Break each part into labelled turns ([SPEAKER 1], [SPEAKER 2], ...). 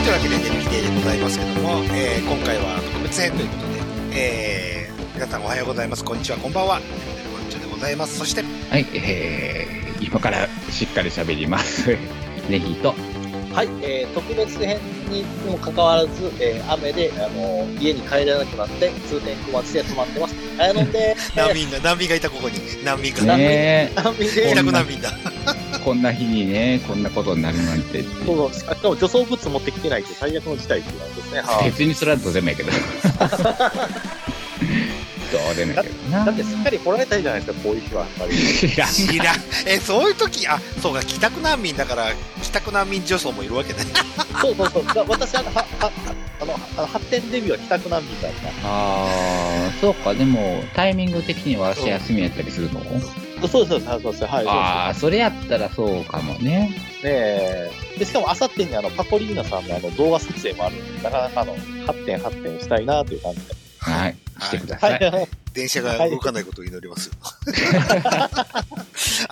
[SPEAKER 1] というわけで、ね、未定でございますけども、えー今回は特別編ということで、えー皆さんおはようございます、こんにちは、こんばんは、ネルマンチョでございます。そして、
[SPEAKER 2] はい、えー、今からしっかり喋ります。 ネギと。
[SPEAKER 3] はい、えー特別編にもかかわらず、えー雨で、あのー家に帰れなくなって、通天小松で泊まってます。あやのんでー す。
[SPEAKER 1] 難民が、難民がいたここに、難民が。
[SPEAKER 2] ね
[SPEAKER 3] 難民
[SPEAKER 1] 帰
[SPEAKER 3] でー
[SPEAKER 1] 宅難民だ。
[SPEAKER 2] え、 こんな日にね、こんなことになるなんてって。
[SPEAKER 3] そうそう。しかも除草物持ってきてないって最悪の事態っていうのはですね。は
[SPEAKER 2] 別にそれはどうでもいいけど。ど うでもいいけど
[SPEAKER 3] い
[SPEAKER 2] な。
[SPEAKER 3] だってすっかり掘られたいじゃないですか、こういう日は。やっぱり。
[SPEAKER 2] 知らん。
[SPEAKER 1] 知らん。 えーそういう時、あ、そうか、帰宅難民だから、帰宅難民女装もいるわけね。
[SPEAKER 3] そうそうそう。だ私、あの、は、は、あの、あの発展デビューは帰宅難民だった。
[SPEAKER 2] あー、そうか、でも、タイミング的には私休みやったりするの
[SPEAKER 3] そうです、そうです、そうです。はい、
[SPEAKER 2] あー、それやったらそうかもね。
[SPEAKER 3] そうです。ねえ。で、しかも、あさってにあの、パコリーナさんのあの、動画撮影もあるんで、なかなかあの、発展発展したいなという感じで。
[SPEAKER 2] はい、してくだ
[SPEAKER 3] は
[SPEAKER 2] さい。
[SPEAKER 3] い。
[SPEAKER 1] 電車が動かないことを祈ります。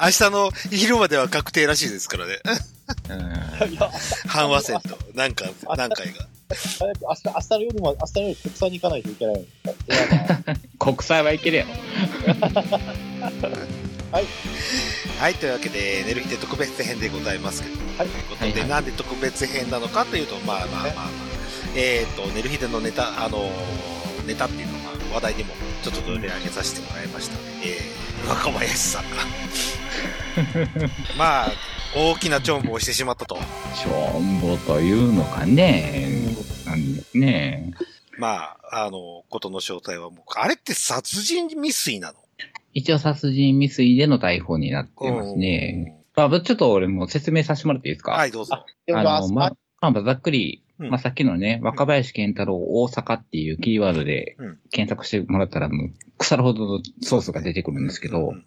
[SPEAKER 1] 明日の昼までは確定らしいですからね。
[SPEAKER 2] うん
[SPEAKER 3] いや
[SPEAKER 1] 半和線と何回、何回が。
[SPEAKER 3] 早く明日、明日の夜まで、明日の夜国産に行かないといけないんですから。
[SPEAKER 2] 国際はいけるやろ。
[SPEAKER 1] はい、というわけで、寝る日で特別編でございますけど、
[SPEAKER 3] はい
[SPEAKER 1] ということで、
[SPEAKER 2] はいはい
[SPEAKER 1] なんで特別編なのかというと、まあまあまあ、まあ、えっ、と、寝る日でのネタ、あのーネタっていうのは、まあ話題でもちょっと取り上げさせてもらいました。えー、若林さん が。まあ、大きなチョンボをしてしまったと。
[SPEAKER 2] しょんぼというのかね。なんですね。
[SPEAKER 1] まあ、あの、ことの正体はもう、あれって殺人未遂なの
[SPEAKER 2] 一応殺人未遂での逮捕になってますね。まあ、ちょっと俺も説明させてもらっていいですか
[SPEAKER 1] はい、どうぞ。
[SPEAKER 3] でも、
[SPEAKER 2] あ
[SPEAKER 3] あ
[SPEAKER 2] の、
[SPEAKER 3] そ
[SPEAKER 2] ま、まあ、ざっくり、
[SPEAKER 1] うん
[SPEAKER 2] まあ、さっきのね、若林健太郎大阪っていうキーワードで
[SPEAKER 1] うん
[SPEAKER 2] 検索してもらったら、もう、腐るほどのソースが出てくるんですけど
[SPEAKER 1] う、ん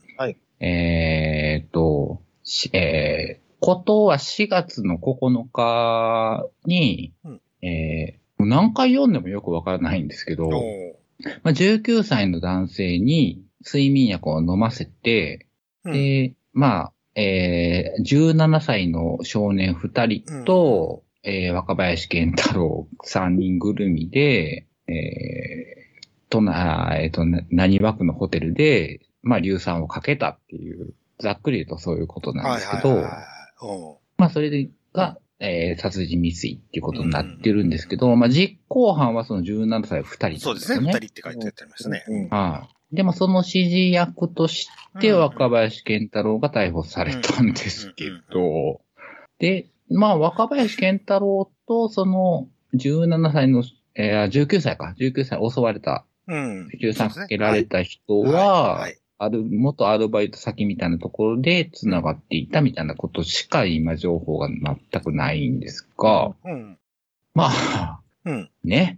[SPEAKER 2] えーっと、しえー、ことは4月の9日に、
[SPEAKER 1] うん
[SPEAKER 2] えー、何回読んでもよくわからないんですけど、
[SPEAKER 1] おー
[SPEAKER 2] まあ、19歳の男性に睡眠薬を飲ませて、
[SPEAKER 1] うん
[SPEAKER 2] で、まあ、えー、17歳の少年2人と、えー若林健太郎3人ぐるみで、えー、都内、えっ、と、な何和区のホテルで、まあ、硫酸をかけたっていう、ざっくり言うとそういうことなん
[SPEAKER 1] は
[SPEAKER 2] で
[SPEAKER 1] い
[SPEAKER 2] すけ
[SPEAKER 1] はい
[SPEAKER 2] ど、
[SPEAKER 1] はいはい。うん
[SPEAKER 2] まあ、それが、えー殺人未遂っていうことになってるんですけど、まあ、実行犯はその17歳2人なん
[SPEAKER 1] そうですね、二人って書いてありましたね。
[SPEAKER 3] うん
[SPEAKER 2] はい。でもその指示役として若林健太郎が逮捕されたんですけど、で、まあ若林健太郎とその17歳の、えー19歳か、19歳襲われた、
[SPEAKER 1] うん。そ
[SPEAKER 2] 13
[SPEAKER 1] うですね
[SPEAKER 2] かけられた人
[SPEAKER 1] は
[SPEAKER 2] は、
[SPEAKER 1] い。
[SPEAKER 2] ある、元アルバイト先みたいなところで繋がっていたみたいなことしか今情報が全くないんですが、
[SPEAKER 1] うん。
[SPEAKER 2] まあ、
[SPEAKER 1] うん。
[SPEAKER 2] ね。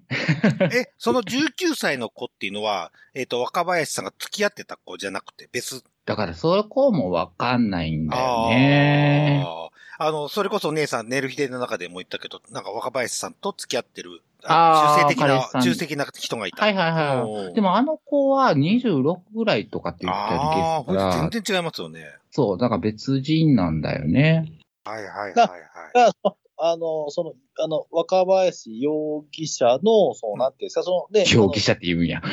[SPEAKER 1] え、その19歳の子っていうのは、えっ、と、若林さんが付き合ってた子じゃなくて、別。
[SPEAKER 2] だからそこもわかんないんだよね。
[SPEAKER 1] あーあの、それこそお姉さん、寝る日での中でも言ったけど、なんか若林さんと付き合ってる、
[SPEAKER 2] あー
[SPEAKER 1] 中性的
[SPEAKER 2] 彼
[SPEAKER 1] な
[SPEAKER 2] 氏さ、ん
[SPEAKER 1] 中性的な人がいた。
[SPEAKER 2] はいはいはい。
[SPEAKER 1] い
[SPEAKER 2] で、もあの子は26ぐらいとかって言った
[SPEAKER 1] ああ、ほ
[SPEAKER 2] りか
[SPEAKER 1] いで
[SPEAKER 2] ら、
[SPEAKER 1] 全然違いますよね。
[SPEAKER 2] そう、だから別人なんだよね。
[SPEAKER 1] はいはいはい
[SPEAKER 3] な
[SPEAKER 1] はい。
[SPEAKER 3] あのあの、その、あの、若林容疑者の、そう、なんていうんですか、その、で、
[SPEAKER 2] 容疑者って言うんや。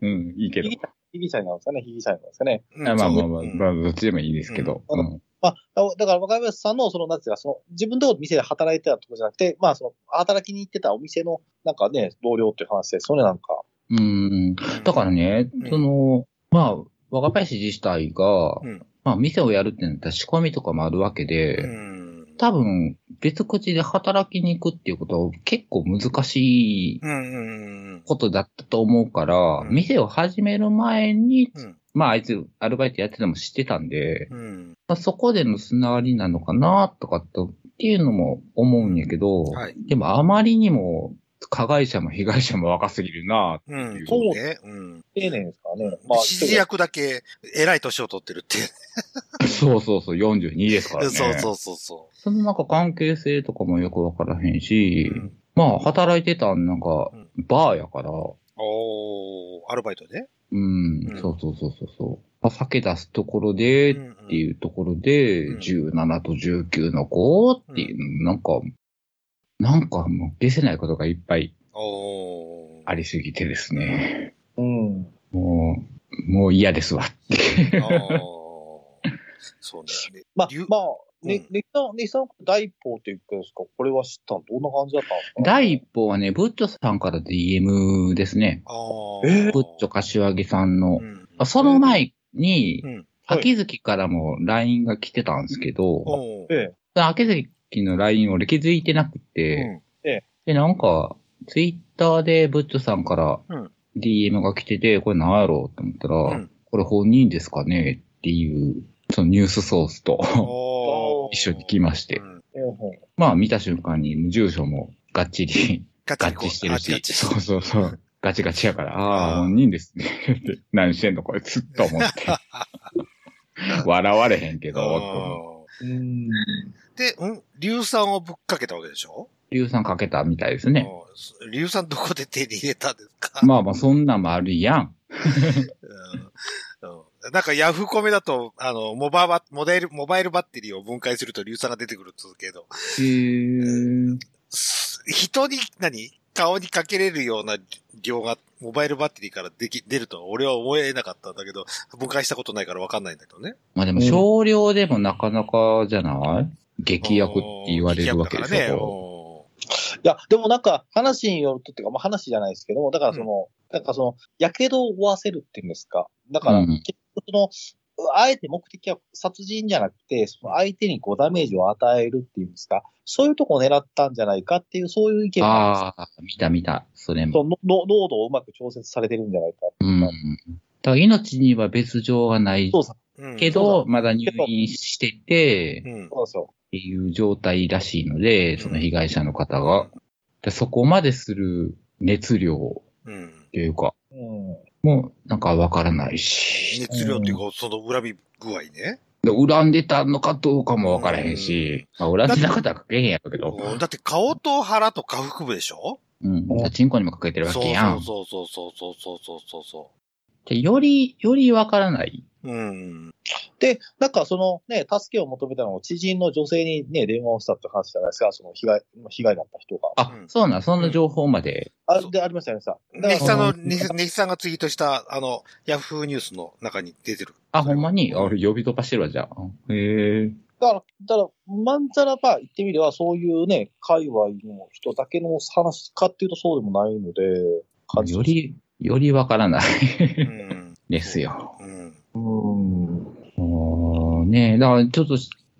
[SPEAKER 2] うん、いいけど。
[SPEAKER 3] 被疑者になるんですかね、被疑者になるんですかね。
[SPEAKER 1] うん
[SPEAKER 2] まあまあまあ、
[SPEAKER 1] うん
[SPEAKER 2] まあ、どっちでもいいですけど。
[SPEAKER 3] うん
[SPEAKER 2] うん
[SPEAKER 3] まあ、だから若林さんの、その、なんていうんですか、その、自分のところ店で働いてたとこじゃなくて、まあ、その、働きに行ってたお店の、なんかね、同僚っていう話ですよね、なんか。
[SPEAKER 2] うん。だからね
[SPEAKER 1] うん、
[SPEAKER 2] その、まあ、若林自体が
[SPEAKER 1] うん、
[SPEAKER 2] まあ、店をやるってなったら仕込みとかもあるわけ
[SPEAKER 1] う
[SPEAKER 2] で、
[SPEAKER 1] ん。
[SPEAKER 2] 多分、別口で働きに行くっていうことは結構難しい
[SPEAKER 1] うんうんうん。
[SPEAKER 2] ことだったと思うから
[SPEAKER 1] う、ん
[SPEAKER 2] 店を始める前に
[SPEAKER 1] うん。
[SPEAKER 2] まあ、あいつ、アルバイトやってたのも知ってたんで、
[SPEAKER 1] うん。
[SPEAKER 2] まあ、そこでのつながりなのかな、とかと、っていうのも思うんやけど、
[SPEAKER 1] はい
[SPEAKER 2] でも、あまりにも、加害者も被害者も若すぎるな、
[SPEAKER 1] うん。
[SPEAKER 3] そう
[SPEAKER 1] ね。うん。
[SPEAKER 3] 丁寧ですからね。まあ、
[SPEAKER 1] 指示役だけ、偉い年を取ってるって。
[SPEAKER 2] そうそうそう、42ですからね。
[SPEAKER 1] そうそうそうそ
[SPEAKER 2] そのなんか関係性とかもよくわからへん
[SPEAKER 1] う。
[SPEAKER 2] し、
[SPEAKER 1] うん
[SPEAKER 2] まあ、働いてたんなんか
[SPEAKER 1] うん、
[SPEAKER 2] バーやから、
[SPEAKER 1] おー、アルバイトで
[SPEAKER 2] うん、
[SPEAKER 1] うん
[SPEAKER 2] そうそうそうそうそう。まあ酒出すところで、
[SPEAKER 1] うん
[SPEAKER 2] っていうところで、
[SPEAKER 1] うん
[SPEAKER 2] 17と19の子っていう、なんか、なんかもう消せないことがいっぱい
[SPEAKER 1] おー。
[SPEAKER 2] ありすぎてですね、
[SPEAKER 3] うん。
[SPEAKER 2] もう、もう嫌ですわって。
[SPEAKER 1] あーそうね。
[SPEAKER 3] まあ
[SPEAKER 1] 理由、
[SPEAKER 3] まあ、ね、
[SPEAKER 1] うん
[SPEAKER 3] ね、さん、ね、さん、第一報って言ったんですかこれは知ったのどんな感じだったんですか
[SPEAKER 2] 第一報はね、ブッチョさんから DM ですね。
[SPEAKER 1] あ
[SPEAKER 3] えー
[SPEAKER 2] ブッチョ柏木さんの。
[SPEAKER 1] うん
[SPEAKER 2] あその前に
[SPEAKER 1] う、ん。
[SPEAKER 3] はい
[SPEAKER 2] 秋月からも LINE が来てたんですけど、
[SPEAKER 1] おー
[SPEAKER 3] え
[SPEAKER 2] 秋月の LINE 俺気づいてなくて、で、なんか、ツイッターでブッチョさんから
[SPEAKER 1] うん
[SPEAKER 2] DM が来てて、これ何やろうと思ったら、
[SPEAKER 1] うん
[SPEAKER 2] これ本人ですかねっていう、そのニュースソースと
[SPEAKER 1] おー
[SPEAKER 2] 一緒に来まして
[SPEAKER 1] う、ん
[SPEAKER 3] え。うんうん
[SPEAKER 2] まあ見た瞬間に住所もがっ ちり
[SPEAKER 1] ガ
[SPEAKER 2] 合
[SPEAKER 1] チ
[SPEAKER 2] 致してる
[SPEAKER 1] ガ
[SPEAKER 2] し、
[SPEAKER 1] チ
[SPEAKER 2] そうそ うそう。ガチガチやから、ああ、
[SPEAKER 1] あー
[SPEAKER 2] 本人ですね。って何してんのこれ、ずっと思って。 笑われへんけど、
[SPEAKER 1] あ
[SPEAKER 3] う
[SPEAKER 1] ー
[SPEAKER 3] ん。
[SPEAKER 1] で、うん硫酸をぶっかけたわけでしょ
[SPEAKER 2] 硫酸かけたみたいですね。
[SPEAKER 1] あー硫酸どこで手に入れたんですか
[SPEAKER 2] まあまあ、そんなんもあるやん。
[SPEAKER 1] うんうんなんかヤフコメだと、あの、モババ、モデル、モバイルバッテリーを分解すると硫酸が出てくるっつうけど、
[SPEAKER 2] へー
[SPEAKER 1] す人に、何顔にかけれるような量が、モバイルバッテリーからでき、出るとは俺は思えなかったんだけど、分解したことないから分かんないんだけどね。
[SPEAKER 2] まあでも、少量でもなかなかじゃない劇薬って言われるわけで
[SPEAKER 1] 劇薬だ
[SPEAKER 2] し
[SPEAKER 1] からね
[SPEAKER 2] ょ。
[SPEAKER 1] お
[SPEAKER 3] いや、でもなんか、話によるとっていうか、まあ話じゃないですけども、だからその、なんかその、やけどを負わせるっていうんですか。だから、
[SPEAKER 2] うん
[SPEAKER 3] 結局その、あえて目的は殺人じゃなくて、その相手にこうダメージを与えるっていうんですか。そういうとこを狙ったんじゃないかっていう、そういう意見があるんです
[SPEAKER 2] ああ、見た見た、それも。
[SPEAKER 3] そのの濃度をうまく調節されてるんじゃないか。
[SPEAKER 2] うん。だから命には別状はない
[SPEAKER 3] そうそう
[SPEAKER 1] ーうん
[SPEAKER 2] けど、まだ入院してて、
[SPEAKER 1] う
[SPEAKER 2] っ
[SPEAKER 1] ん。
[SPEAKER 3] そうですよ。
[SPEAKER 2] ていう状態らしいので、その被害者の方
[SPEAKER 1] う
[SPEAKER 2] が
[SPEAKER 1] ん。
[SPEAKER 2] でそこまでする熱量
[SPEAKER 1] うん。
[SPEAKER 2] というか、
[SPEAKER 3] うん。
[SPEAKER 2] もうなんかわからないし、
[SPEAKER 1] 熱量っていうか、その恨み具合ね。
[SPEAKER 2] で恨んでたのかどうかもわからへんし、まあ、恨んでなかったらかけへんやろうけど、
[SPEAKER 1] うんだって顔と腹と下腹部でしょ
[SPEAKER 2] うん。だからチンコにもかけてるわ
[SPEAKER 1] そ
[SPEAKER 2] け
[SPEAKER 1] う
[SPEAKER 2] やん。
[SPEAKER 1] そうそうそうそうそうそうそうそ
[SPEAKER 2] でより、よりわからない。
[SPEAKER 1] う。うん。
[SPEAKER 3] で、なんかそのね、助けを求めたのを知人の女性にね、電話をしたって話じゃないですか、その被害、被害だった人が。
[SPEAKER 2] あ、
[SPEAKER 1] うん
[SPEAKER 2] そうなん、そんな情報まで。
[SPEAKER 3] あ
[SPEAKER 1] そう
[SPEAKER 3] で、ありましたよね、さ。だ
[SPEAKER 1] ネヒ
[SPEAKER 3] か
[SPEAKER 1] さんの、
[SPEAKER 3] ら
[SPEAKER 1] ネヒネヒさんがツイートした、あの、ヤフーニュースの中に出てる。
[SPEAKER 2] あ、ほんまに
[SPEAKER 1] う
[SPEAKER 2] あ俺呼び飛ばしてるわ、じゃあ。へえ。
[SPEAKER 3] だから、だから、まんざらば言ってみれば、そういうね、界隈の人だけの話かっていうとそうでもないので、感じ
[SPEAKER 2] よ、り、よりわからない
[SPEAKER 1] うん。
[SPEAKER 2] ですよ。
[SPEAKER 1] うん。
[SPEAKER 3] うん。
[SPEAKER 2] もうねだからちょっと、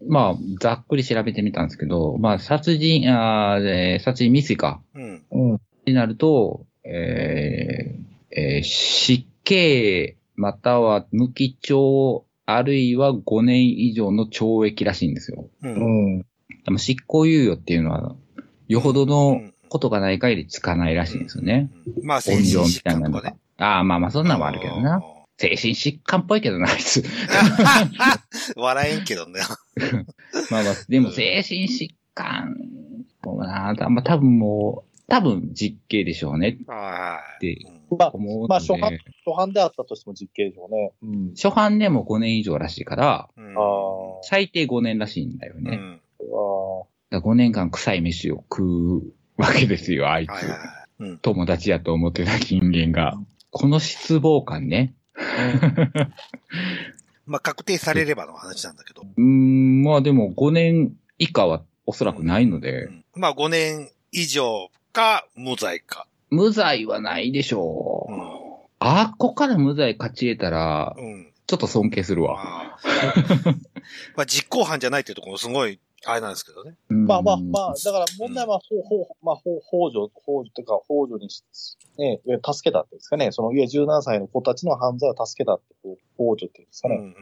[SPEAKER 2] まあ、ざっくり調べてみたんですけど、まあ、殺人、あーえー殺人未遂か。
[SPEAKER 1] うん。
[SPEAKER 3] うん。
[SPEAKER 2] になると、えーえー死刑、または無期懲、あるいは5年以上の懲役らしいんですよ。
[SPEAKER 1] う。
[SPEAKER 3] うんん。
[SPEAKER 2] でも執行猶予っていうのは、よほど
[SPEAKER 1] う
[SPEAKER 2] の
[SPEAKER 1] ん
[SPEAKER 2] ことがない限りつかないらしいんですよね。
[SPEAKER 1] うんまあ、精
[SPEAKER 2] 音
[SPEAKER 1] 神
[SPEAKER 2] 量み
[SPEAKER 1] 疾
[SPEAKER 2] たい
[SPEAKER 1] 患
[SPEAKER 2] な
[SPEAKER 1] と
[SPEAKER 2] の
[SPEAKER 1] か
[SPEAKER 2] が
[SPEAKER 1] ね。。
[SPEAKER 2] ああ、まあまあ、そんなんはあるけどな。
[SPEAKER 1] う
[SPEAKER 2] 精神疾患っぽいけどな、あいつ。
[SPEAKER 1] ん。笑えんけどね。
[SPEAKER 2] まあまあ、でも精神疾患、もうな、たまあ多分もう、多分実刑でしょうね
[SPEAKER 1] はい。
[SPEAKER 2] って
[SPEAKER 1] うん
[SPEAKER 3] まあ、
[SPEAKER 2] 思うので。
[SPEAKER 3] まあ初犯初犯であったとしても実刑でしょうね。うん。
[SPEAKER 2] 初犯でも5年以上らしいから、
[SPEAKER 1] うん
[SPEAKER 3] ああ。
[SPEAKER 2] 最低5年らしいんだよ
[SPEAKER 1] う
[SPEAKER 2] ね。
[SPEAKER 1] ん。
[SPEAKER 3] あ
[SPEAKER 2] だ5年間臭い飯を食うわけですよ、あいつ。
[SPEAKER 1] はいはいはい。うん。
[SPEAKER 2] 友達やと思ってた人間が。この失望感ね。
[SPEAKER 1] まあ、確定されればの話なんだけど。
[SPEAKER 2] うーん、まあでも5年以下はおそらくないの
[SPEAKER 1] う
[SPEAKER 2] で、
[SPEAKER 1] んまあ、5年以上か、無罪か。
[SPEAKER 2] 無罪はないでしょ
[SPEAKER 1] う
[SPEAKER 2] う。
[SPEAKER 1] ん。
[SPEAKER 2] あっこから無罪勝ち得たら、
[SPEAKER 1] うん。
[SPEAKER 2] ちょっと尊敬するわ。
[SPEAKER 1] まあまあ、実行犯じゃないっていうところもすごい、あれなんですけどね。
[SPEAKER 3] まあまあ
[SPEAKER 2] うん
[SPEAKER 3] まあ、だから問題は、ほうほうまあ、ほうほう助、ほう助というか、ほう助にし、ね、いや助けたっていうんですかね、その、いや、17歳の子たちの犯罪を助けたって、こうほう助っていうんですか
[SPEAKER 1] うんう
[SPEAKER 3] ね。
[SPEAKER 1] ん。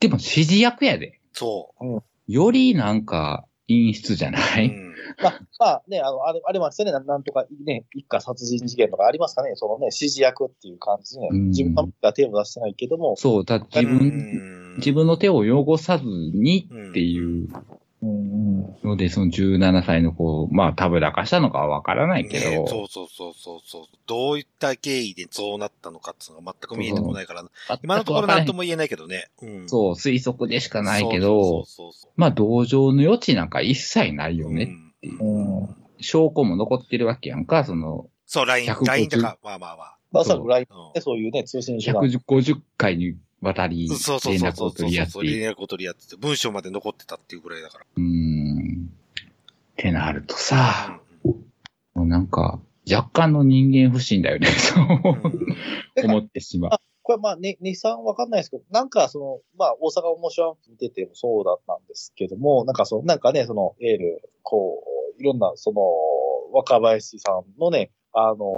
[SPEAKER 2] でも指示役やで。
[SPEAKER 1] そう。
[SPEAKER 2] よりなんか、陰湿じゃない、
[SPEAKER 1] うん
[SPEAKER 3] まあ、まあね、あの、あれ、ありましたね、ななんとか、ね、一家殺人事件とかありましたね、そのね、指示役っていう感じでね、
[SPEAKER 2] うん
[SPEAKER 3] 自分は手を出してないけども、
[SPEAKER 2] そう、だ自分、
[SPEAKER 1] うん
[SPEAKER 2] 自分の手を汚さずにっていう
[SPEAKER 3] うんうん
[SPEAKER 2] ので、その17歳の子、まあ多分落下したのかはわからないけど、
[SPEAKER 1] ねそうそうそうそうそう。どういった経緯でそうなったのかっていうのが全く見えてこないから、今のところ何と
[SPEAKER 2] も。
[SPEAKER 1] も言えないけどね。うん。
[SPEAKER 2] そう、推測でしかないけど、
[SPEAKER 1] そうそうそうそう
[SPEAKER 2] まあ同情の余地なんか一切ないよね。
[SPEAKER 1] うん
[SPEAKER 3] うん
[SPEAKER 2] 証拠も残ってるわけやんか、その、
[SPEAKER 1] そう、LINE、
[SPEAKER 2] 150
[SPEAKER 1] LINE とか、まあまあまあ。
[SPEAKER 3] まさに LINE
[SPEAKER 1] うん
[SPEAKER 3] でそういうね、通信手段。
[SPEAKER 2] 150回にわたり
[SPEAKER 1] そうそう
[SPEAKER 2] 連
[SPEAKER 1] そう
[SPEAKER 2] 絡
[SPEAKER 1] そ
[SPEAKER 2] を
[SPEAKER 1] うそ
[SPEAKER 2] 取
[SPEAKER 1] う
[SPEAKER 2] り合っ
[SPEAKER 1] そ
[SPEAKER 2] て
[SPEAKER 1] う。
[SPEAKER 2] いて、
[SPEAKER 1] 連絡を取り合ってて、文章まで残ってたっていうぐらいだ から。
[SPEAKER 2] うーん。ってなるとさ、
[SPEAKER 1] うん
[SPEAKER 2] もうなんか、若干の人間不信だよね、そううん思ってしまう。
[SPEAKER 3] これまあ、ね、ね、さんわかんないですけど、なんかその、まあ、大阪面白い見ててもそうだったんですけども、なんかその、なんかね、その、エール、こう、いろんな、その、若林さんのね、あの、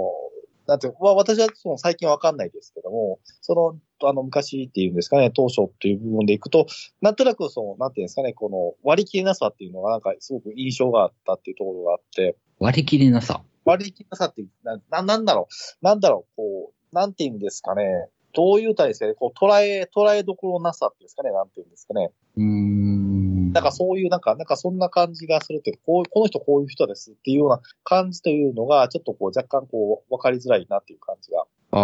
[SPEAKER 3] なんていうまあ、私はその最近わかんないですけども、その、あの、昔っていうんですかね、当初っていう部分でいくと、なんとなくその、なんていうんですかね、この割り切れなさっていうのが、なんかすごく印象があったっていうところがあって、
[SPEAKER 2] 割り切りなさ。
[SPEAKER 3] 割り切りなさって、な、ななんだろう、なんだろう、こう、なんて言うんですかね、どういう体制で、こう、捉え、捉えどころなさっていうんですかね、なんて言うんですかね。
[SPEAKER 2] うーん。
[SPEAKER 3] なんかそういう、なんか、なんかそんな感じがするっていうか、こう、この人こういう人ですっていうような感じというのが、ちょっとこう、若干こう、わかりづらいなっていう感じが。
[SPEAKER 2] ああ、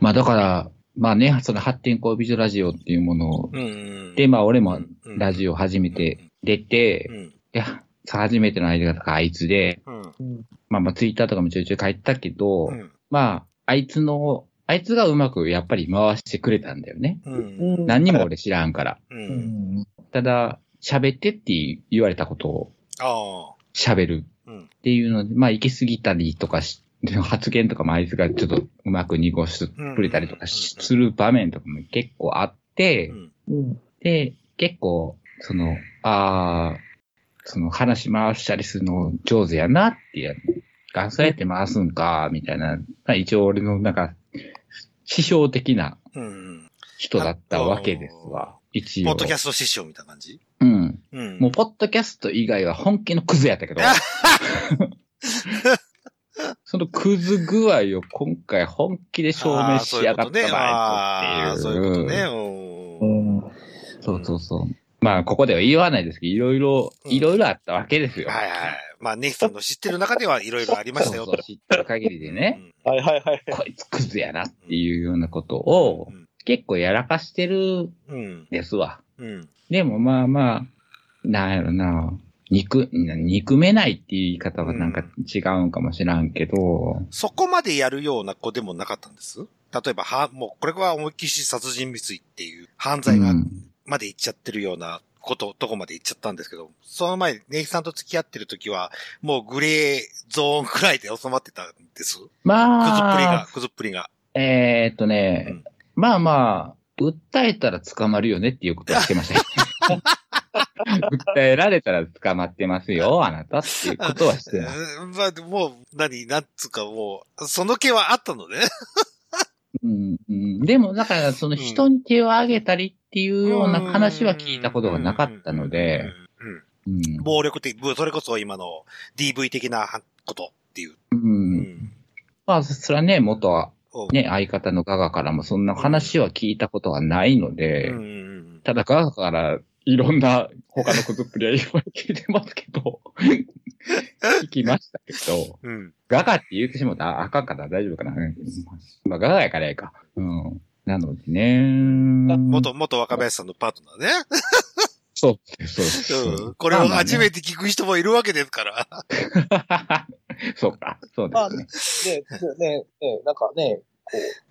[SPEAKER 2] まあだから、まあね、その発展交美女ラジオっていうものを、
[SPEAKER 1] うん。
[SPEAKER 2] で、まあ俺も
[SPEAKER 1] うん
[SPEAKER 2] ラジオ初めて出て、
[SPEAKER 1] うん。
[SPEAKER 2] いや、初めての相手があいつで、
[SPEAKER 1] うん。
[SPEAKER 2] まあまあツイッターとかもちょいちょい書いてたけど、
[SPEAKER 1] うん。
[SPEAKER 2] まあ、あいつの、あいつがうまくやっぱり回してくれたんだよね。
[SPEAKER 1] うん。
[SPEAKER 2] 何にも俺知らんから。
[SPEAKER 1] う。
[SPEAKER 3] うんん。
[SPEAKER 2] ただ、喋ってって言われたことを
[SPEAKER 1] あ
[SPEAKER 2] 喋る
[SPEAKER 1] あ。うん。
[SPEAKER 2] っていうので、まあ行き過ぎたりとかし、 発言とかもあいつがちょっとうまく濁してくれたりとかし
[SPEAKER 1] うん
[SPEAKER 2] する場面とかも結構あって
[SPEAKER 1] う、ん。
[SPEAKER 3] うん。
[SPEAKER 2] で、結構、その、ああ、その話回したりするの上手やなっていう、あそうやって回すんか、みたいな、まあ一応俺のなんか、師匠的な
[SPEAKER 1] うん。
[SPEAKER 2] 人だったわけですわ。一応。
[SPEAKER 1] ポッドキャスト師匠みたいな感じ
[SPEAKER 2] うん。
[SPEAKER 1] うん。
[SPEAKER 2] もう、ポッドキャスト以外は本気のクズやったけど。 そのクズ具合を今回本気で証明しやがったな
[SPEAKER 1] あ
[SPEAKER 2] あい
[SPEAKER 1] あ
[SPEAKER 2] つっていう。
[SPEAKER 1] そういうことね。ああ
[SPEAKER 3] う
[SPEAKER 1] そういうことね。
[SPEAKER 2] そ
[SPEAKER 3] ん。
[SPEAKER 2] うそうそう。まあ、ここでは言わないですけど、いろいろ、
[SPEAKER 1] うん
[SPEAKER 2] いろいろあったわけです
[SPEAKER 1] うん
[SPEAKER 2] よ。
[SPEAKER 1] はいはい。まあ、ネイさんの知ってる中ではいろいろありましたよ
[SPEAKER 2] そうそう、知ってる限りでね、
[SPEAKER 1] うん
[SPEAKER 3] はいはいはい。
[SPEAKER 2] こいつクズやなっていうようなことを、結構やらかしてるん
[SPEAKER 1] うん。
[SPEAKER 2] ですわ。
[SPEAKER 1] うん。
[SPEAKER 2] でもまあまあ、なんやろな、憎、憎めないっていう言い方はなんか違うんかもしらんけど、
[SPEAKER 1] そこまでやるような子でもなかったんです例えば、は、もう、これは思いっきり殺人未遂っていう犯罪が
[SPEAKER 2] うん
[SPEAKER 1] まで行っちゃってるようなこと、とこまで行っちゃったんですけど、その前、ネイさんと付き合ってる時は、もうグレーゾーンくらいで収まってたんです。くずっぷり
[SPEAKER 2] ま
[SPEAKER 1] が、、
[SPEAKER 2] あ
[SPEAKER 1] くずっぷりが。
[SPEAKER 2] えー、っとね、
[SPEAKER 1] うん
[SPEAKER 2] まあまあ、訴えたら捕まるよねっていうことはしてまし たよ。訴えられたら捕まってますよ、あなたっていうことはして ない。
[SPEAKER 1] うんまあ、でももう、何、なんつうかもう、その気はあったのね。
[SPEAKER 2] うんうん、でも、だから、その人に手を挙げたりっていうような話は聞いたことがなかったので、
[SPEAKER 1] うん、うん
[SPEAKER 2] うん
[SPEAKER 1] 暴力的、ぶそれこそ今の DV 的なことっていう。う
[SPEAKER 2] うん
[SPEAKER 1] ん。
[SPEAKER 2] まあ、それはね、元、
[SPEAKER 1] うん
[SPEAKER 2] ね、相方のガガからもそんな話は聞いたことがないので、
[SPEAKER 1] うんうん
[SPEAKER 2] ただガガからいろんな他のことっぷりはいっぱい聞いてますけ ど、聞きましたけど、
[SPEAKER 1] うん。うん。
[SPEAKER 2] ガガって言ってしまったら赤から大丈夫かな。まあ、ガガやからやか。うん。なのでね。
[SPEAKER 1] 元、元若林さんのパートナーね。
[SPEAKER 2] そうです、そうです。
[SPEAKER 1] うん。これを初めて聞く人もいるわけですから。
[SPEAKER 2] そうか、そうで
[SPEAKER 3] まあ
[SPEAKER 2] すね
[SPEAKER 3] ね。、で、ね、ね、なんかね、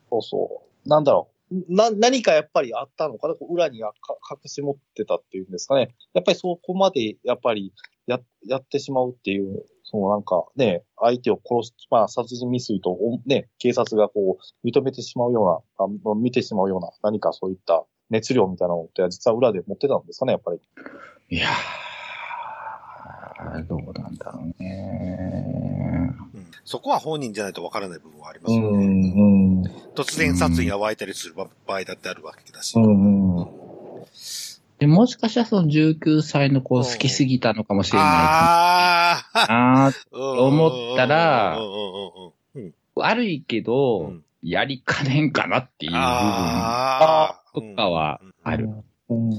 [SPEAKER 3] こう、そうそう、なんだろう。な、何かやっぱりあったのかなこう裏にあか隠し持ってたっていうんですかね。やっぱりそこまで、やっぱり、や、やってしまうっていう、そのなんかね、相手を殺す、まあ殺人未遂と、おね、警察がこう、認めてしまうような、あ見てしまうような、何かそういった熱量みたいなのって、実は裏で持ってたんですかね、やっぱり。
[SPEAKER 2] いやー、どうなんだろうね。
[SPEAKER 1] うんそこは本人じゃないとわからない部分はありますよね。
[SPEAKER 3] ん、
[SPEAKER 1] 突然殺意が湧いたりする場場合だってあるわけだし。
[SPEAKER 3] ん、うん。
[SPEAKER 2] で、もしかしたらその19歳の子を好きすぎたのかもしれな
[SPEAKER 1] あ
[SPEAKER 2] いな。
[SPEAKER 1] あ
[SPEAKER 2] あー
[SPEAKER 1] ー
[SPEAKER 2] 思ったら
[SPEAKER 1] うんうんうんうんうん
[SPEAKER 2] 悪いけど、
[SPEAKER 1] うん
[SPEAKER 2] やりかねんかなっていう部分
[SPEAKER 1] あー
[SPEAKER 2] とかはある。
[SPEAKER 3] うん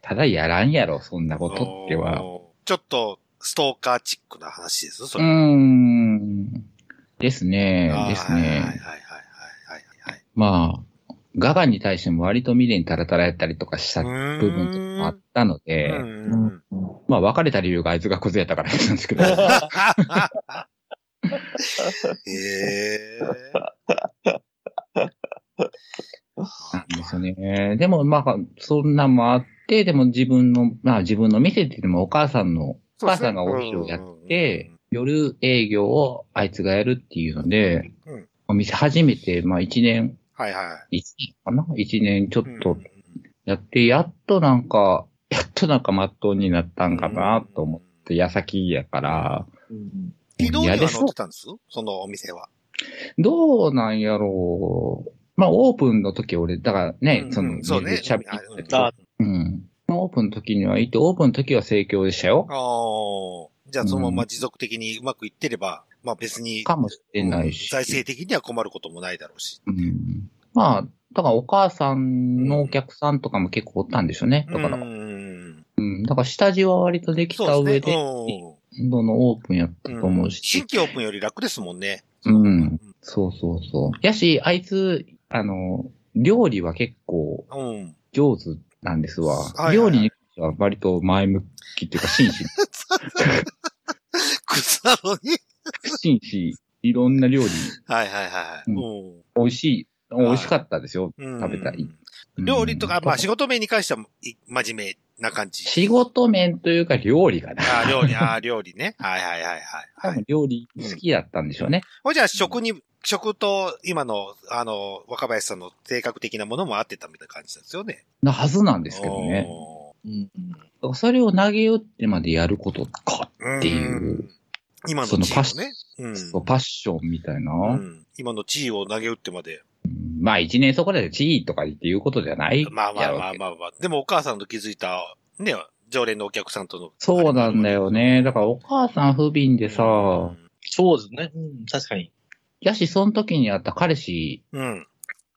[SPEAKER 2] ただやらんやろ、そんなことっては。。
[SPEAKER 1] ちょっと、ストーカーチックな話です、そう
[SPEAKER 2] ー
[SPEAKER 1] れ。
[SPEAKER 2] ん。ですね
[SPEAKER 1] あ、ー
[SPEAKER 2] です
[SPEAKER 1] はいはいはい
[SPEAKER 2] ね。
[SPEAKER 1] はいはい。
[SPEAKER 2] まあ、ガガに対しても割と未練タラタラやったりとかした
[SPEAKER 1] はい
[SPEAKER 2] 部分とかもあったので、
[SPEAKER 1] うんうんうん
[SPEAKER 3] うん
[SPEAKER 2] まあ、別れた理由があいつがクズやったからなんですけど。
[SPEAKER 1] え
[SPEAKER 2] なんですよね。でも、まあ、そんなんもあって、でも自分の、まあ自分の店って言ってもお母さんの、お母さんがお昼をやって、夜営業をあいつがやるっていうので、
[SPEAKER 1] うん
[SPEAKER 2] お店始めて、まあ1年、
[SPEAKER 1] はいは
[SPEAKER 2] 1年かな ?1 年ちょっ
[SPEAKER 1] い。うん
[SPEAKER 2] とやって、やっとなんか、やっとなんかまっとうになったんかなと思っ。
[SPEAKER 1] うん
[SPEAKER 2] て、矢先やから、
[SPEAKER 3] うん
[SPEAKER 1] 軌道には
[SPEAKER 2] 嫌
[SPEAKER 1] 乗っ
[SPEAKER 2] でしょ
[SPEAKER 1] てたんですそのお店は。
[SPEAKER 2] どうなんやろう。まあオープンの時俺、だからね、
[SPEAKER 1] うん
[SPEAKER 2] その、
[SPEAKER 1] そうね。
[SPEAKER 2] 喋
[SPEAKER 1] あ
[SPEAKER 2] って
[SPEAKER 1] うん
[SPEAKER 2] たけどうん。まあオープンの時にはいて、オープンの時は盛況でしたよ。
[SPEAKER 1] ああ。じゃあ、そのまま持続的にうまくいってれば、まあ別に、
[SPEAKER 2] かもしれない
[SPEAKER 1] うん
[SPEAKER 2] し。
[SPEAKER 1] 財政的には困ることもないだろうし。
[SPEAKER 2] うん。まあ、だからお母さんのお客さんとかも結構おったんでしょうね。だから、うん。
[SPEAKER 1] うん。
[SPEAKER 2] だから下地は割とできた
[SPEAKER 1] そう
[SPEAKER 2] 上
[SPEAKER 1] ですね。
[SPEAKER 2] で、
[SPEAKER 1] うん
[SPEAKER 2] どのオープンやったと思う
[SPEAKER 1] 新
[SPEAKER 2] し。
[SPEAKER 1] 規オープンより楽ですもんね。
[SPEAKER 2] うん。そうそうそう。やし、あいつ、あの、料理は結構
[SPEAKER 1] うん。
[SPEAKER 2] 上手なんですわ。
[SPEAKER 1] はいはい
[SPEAKER 2] 料理に関しては割と前向きっていうか、真 摯、
[SPEAKER 1] 靴なのに。
[SPEAKER 2] 真摯、いろんな料理、
[SPEAKER 1] はいはいはい。うん
[SPEAKER 2] 美味しい、
[SPEAKER 1] い
[SPEAKER 2] 美味しかったですよ。
[SPEAKER 1] うん
[SPEAKER 2] 食べたいうん
[SPEAKER 1] 料理とか、まあ仕事面に関しては、い真面目な感じ。
[SPEAKER 2] 仕事面というか料理がな。
[SPEAKER 1] ああ、料理、ああ、料理ね。はいはいはいはい。はい。
[SPEAKER 2] 料理好きだったんでしょうね。
[SPEAKER 1] ほいじゃあ、食に、食と、今の、あの、若林さんの性格的なものも合ってたみたいな感じなんですよね。
[SPEAKER 2] なはずなん
[SPEAKER 1] で
[SPEAKER 2] ですけどね。
[SPEAKER 3] うん
[SPEAKER 2] それを投げ打ってまでやることかっていう、
[SPEAKER 1] ん。今の地
[SPEAKER 2] そ
[SPEAKER 1] 位を
[SPEAKER 2] の
[SPEAKER 1] ね。
[SPEAKER 2] パッション、
[SPEAKER 1] うん
[SPEAKER 2] そうパッションみたいな。
[SPEAKER 1] うん今の地位を投げ打ってまで。
[SPEAKER 2] まあ一年そこらで地位とかっていうことじゃない
[SPEAKER 1] まあま
[SPEAKER 2] や
[SPEAKER 1] あ
[SPEAKER 2] ろう
[SPEAKER 1] まあ
[SPEAKER 2] けど
[SPEAKER 1] まあまあ。でもお母さんと気づいた、ね、常連のお客さんとの。
[SPEAKER 2] そうなんだよね。だからお母さん不憫でさ、
[SPEAKER 3] そうですね。うん、確かに。
[SPEAKER 2] やしその時にあった彼氏、
[SPEAKER 1] うん。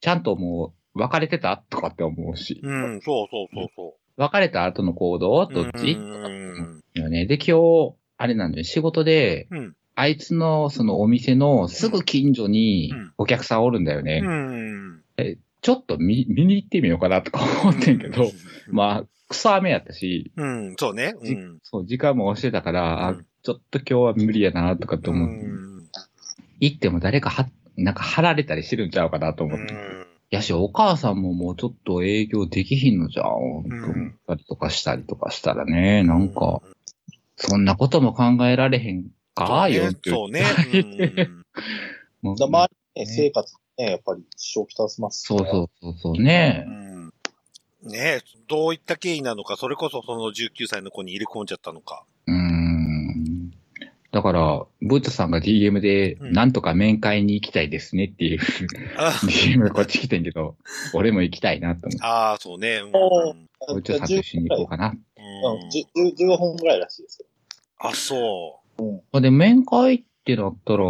[SPEAKER 2] ちゃんともう別れてたとかって思うし、
[SPEAKER 1] うん、そうそうそうそ
[SPEAKER 2] 別れた後の行動
[SPEAKER 1] う。
[SPEAKER 2] どっち
[SPEAKER 1] うんうん
[SPEAKER 2] よね。で、今日、あれなんだよ、仕事で、
[SPEAKER 1] うん。
[SPEAKER 2] あいつのそのお店のすぐ近所に
[SPEAKER 1] うん
[SPEAKER 2] お客さんおるんだよね。
[SPEAKER 1] うん。
[SPEAKER 2] ちょっと見見に行ってみようかなとか思ってんけど、
[SPEAKER 1] あ。
[SPEAKER 2] まあ、草雨やったし、
[SPEAKER 1] うん、そうね。うん。
[SPEAKER 2] そう、時間も押してたから、あ
[SPEAKER 1] うん
[SPEAKER 2] ちょっと今日は無理やなとかと思って、
[SPEAKER 1] うん
[SPEAKER 2] 行っても誰かは、なんか貼られたりしてるんちゃうかなと思
[SPEAKER 1] う
[SPEAKER 2] って。
[SPEAKER 1] ん
[SPEAKER 2] やし、お母さんももうちょっと営業できひんのじゃん、
[SPEAKER 1] ん
[SPEAKER 2] と思ったりとかしたりとかしたらね、なんか、
[SPEAKER 1] う
[SPEAKER 2] そんなことも考えられへんか、よっていう
[SPEAKER 1] そうね。うん
[SPEAKER 2] もう
[SPEAKER 3] だ周りね、
[SPEAKER 2] ね
[SPEAKER 3] 生活ね、やっぱり支障きたします
[SPEAKER 2] そ
[SPEAKER 3] ね、
[SPEAKER 2] うそうそうそうね
[SPEAKER 1] う。んねえ、どういった経緯なのか、それこそその19歳の子に入れ込んじゃったのか。
[SPEAKER 2] うーんだから、ブートさんが DM で、
[SPEAKER 1] うん
[SPEAKER 2] なんとか面会に行きたいですねっていう
[SPEAKER 1] あ
[SPEAKER 2] DM がこっち来てんけど、俺も行きたいなと思って、
[SPEAKER 1] あー、そうね。うん
[SPEAKER 3] おー
[SPEAKER 2] ブートさんと一緒に行こうかな。
[SPEAKER 1] うん
[SPEAKER 3] うんじゅ15分ぐらいらしいですよ。
[SPEAKER 1] あ、そ
[SPEAKER 2] で、面会ってなったら、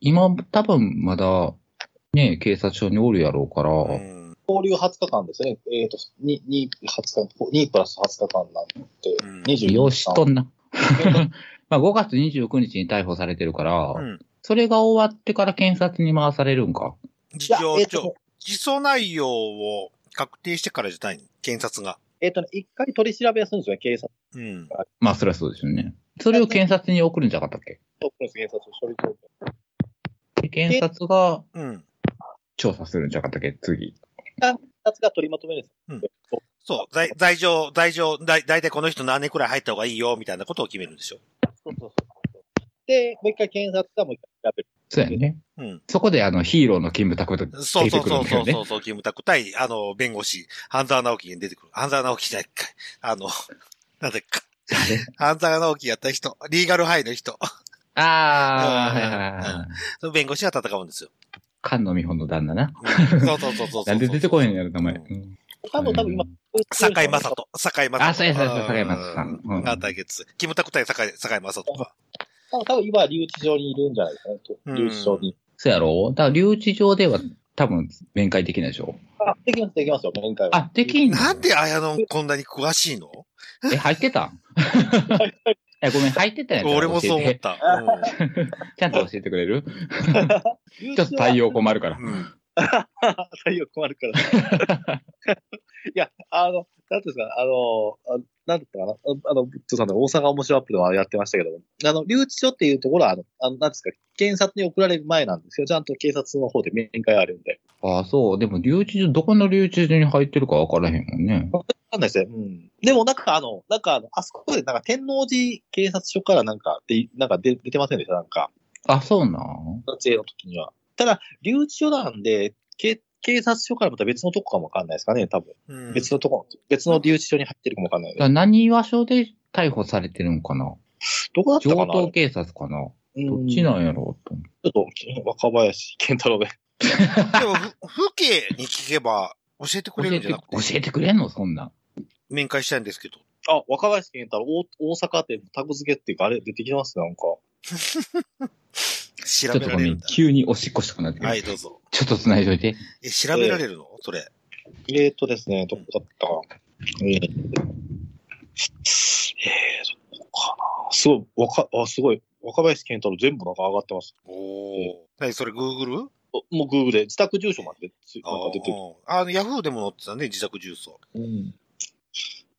[SPEAKER 2] 今多分まだ、ね、警察署におるやろうから、
[SPEAKER 1] う。うん
[SPEAKER 3] 交流20日間ですね。えっ、と、2、2、20日、2プラス20日間なんで、
[SPEAKER 1] うん
[SPEAKER 3] 24
[SPEAKER 2] よしと
[SPEAKER 3] 日
[SPEAKER 2] んな。 まあ5月29日に逮捕されてるから、
[SPEAKER 1] うん
[SPEAKER 2] それが終わってから検察に回されるんか。
[SPEAKER 1] 事
[SPEAKER 3] いや、え
[SPEAKER 1] 情
[SPEAKER 3] っ、
[SPEAKER 1] 聴、、
[SPEAKER 3] と
[SPEAKER 1] 起訴内容を確定してからじゃないの検察が。
[SPEAKER 3] えっ、とね、一回取り調べをするんですよね、警察
[SPEAKER 1] うん。
[SPEAKER 2] まあそりゃそうですよね。それを検察に送るんじゃなかったっけ
[SPEAKER 3] と、警察を処理する
[SPEAKER 2] で検察が、
[SPEAKER 1] うん。
[SPEAKER 2] 調査するんじゃなかったっけ次。
[SPEAKER 3] 警察が取りまとめるんです
[SPEAKER 1] そう。罪罪状、罪状、だいだいたいこの人何年くらい入った方がいいよ、みたいなことを決めるんでしょ。
[SPEAKER 3] そうそうそう。で、もう一回検察がもう一回調べる。
[SPEAKER 2] そうやね。
[SPEAKER 1] うん。
[SPEAKER 2] そこであのヒーローの勤務宅と
[SPEAKER 1] そう
[SPEAKER 2] 出
[SPEAKER 1] そ
[SPEAKER 2] て
[SPEAKER 1] う
[SPEAKER 2] く
[SPEAKER 1] そ
[SPEAKER 2] る
[SPEAKER 1] うん
[SPEAKER 2] だよ
[SPEAKER 1] そう
[SPEAKER 2] ね
[SPEAKER 1] そ。うそう、キムタク対、あの、弁護士、半沢直樹に出てくる。半沢直樹じゃないかい。あの、 なんだっけ。半沢直樹やった人、リーガルハイの人、
[SPEAKER 2] ああ、
[SPEAKER 1] うん
[SPEAKER 2] はいはいはい。
[SPEAKER 1] その弁護士が戦うんですよ。
[SPEAKER 2] 菅野美穂の旦那な。
[SPEAKER 1] うんそうそうそうそうそう。
[SPEAKER 2] なんで出てこへんやろ、名前。
[SPEAKER 1] う
[SPEAKER 2] うん
[SPEAKER 3] 多分、多分今、
[SPEAKER 1] 坂井正人。坂井正人。
[SPEAKER 2] あそうやそうやそうや坂井正人さんうん
[SPEAKER 1] が対決。キムタク対坂井坂井正人が。
[SPEAKER 3] 多分、多分今、留置場にいるんじゃないですかね、と
[SPEAKER 1] うん
[SPEAKER 3] 留置場に。
[SPEAKER 2] そうやろだから留置場では多分面会できな いでしょ。
[SPEAKER 3] あ、できます、できますよ、面会は。
[SPEAKER 2] あ、できんの
[SPEAKER 1] なんで綾野こんなに詳しいの
[SPEAKER 2] え、入ってたん え、ごめん、入ってたんやったら
[SPEAKER 1] 俺もそう
[SPEAKER 2] 教
[SPEAKER 1] 思
[SPEAKER 2] え
[SPEAKER 1] ってた。
[SPEAKER 2] ちゃんと教えてくれる
[SPEAKER 3] 留
[SPEAKER 2] ちょっと
[SPEAKER 3] 置場 は
[SPEAKER 2] 対応困るから
[SPEAKER 1] う。ん。うん
[SPEAKER 3] 対応困るから。いや、あの、なんていうんですか、あの、あなんだったかなああの、ブットさんの大阪面白アップではやってましたけども、あの、留置所っていうところは、あの、あのなんていうんですか、検察に送られる前なんですよ。ちゃんと警察の方で面会あるんで。
[SPEAKER 2] ああ、そう。でも、留置所、どこの留置所に入ってるか分からへんもんね。
[SPEAKER 3] わかんないですね。うん。でもなんかあの、なんかあの、あそこでなんか天王寺警察署からなんか、で、なんか出出てませんでしたなんか、
[SPEAKER 2] あ、そうなん
[SPEAKER 3] 撮影の時には。ただ、留置所なんで、け警察署からまた別のとこかもわかんないですかね、多分。
[SPEAKER 1] うん
[SPEAKER 3] 別のとこ、別の留置所に入ってるかもわかんない
[SPEAKER 2] だから
[SPEAKER 3] で。
[SPEAKER 2] 何和所で逮捕されてるんかな
[SPEAKER 3] どこだった
[SPEAKER 2] 上
[SPEAKER 3] かな
[SPEAKER 2] 等警察かなどっち
[SPEAKER 3] の
[SPEAKER 2] なんやろうと思って
[SPEAKER 3] ちょっと、若林健太郎が。
[SPEAKER 1] でも、ふ父兄に聞けば教えてくれ
[SPEAKER 2] 教
[SPEAKER 1] る
[SPEAKER 2] え
[SPEAKER 1] んじゃ
[SPEAKER 2] て
[SPEAKER 1] なくて
[SPEAKER 2] 教、えてくれんのそんなん。
[SPEAKER 1] 面会したいんですけど。
[SPEAKER 3] あ、若林健太郎、大大阪ってタグ付けっていうか、あれ出てきますね、なんか。
[SPEAKER 1] 調
[SPEAKER 2] ちょっ
[SPEAKER 1] べ
[SPEAKER 2] と
[SPEAKER 1] ら
[SPEAKER 2] ご
[SPEAKER 1] れ
[SPEAKER 2] め
[SPEAKER 1] るん
[SPEAKER 2] ん、
[SPEAKER 1] だ。
[SPEAKER 2] 急におしっこしたくなってくる。
[SPEAKER 1] はい、どうぞ。
[SPEAKER 2] ちょっと繋いどいて。
[SPEAKER 1] え、調べられるのそれ。
[SPEAKER 3] えーとですね、どこだったかな。えー、えー、どこかな。すごい、わか、あ、すごい。若林健太郎全部なんか上がってます。
[SPEAKER 1] おー。何それ、Google?
[SPEAKER 3] おもう Google で自宅住所までつ
[SPEAKER 1] あ
[SPEAKER 3] なんか出てる。
[SPEAKER 1] ーあの、Yahoo でも載ってたね、自宅住所。
[SPEAKER 3] うん。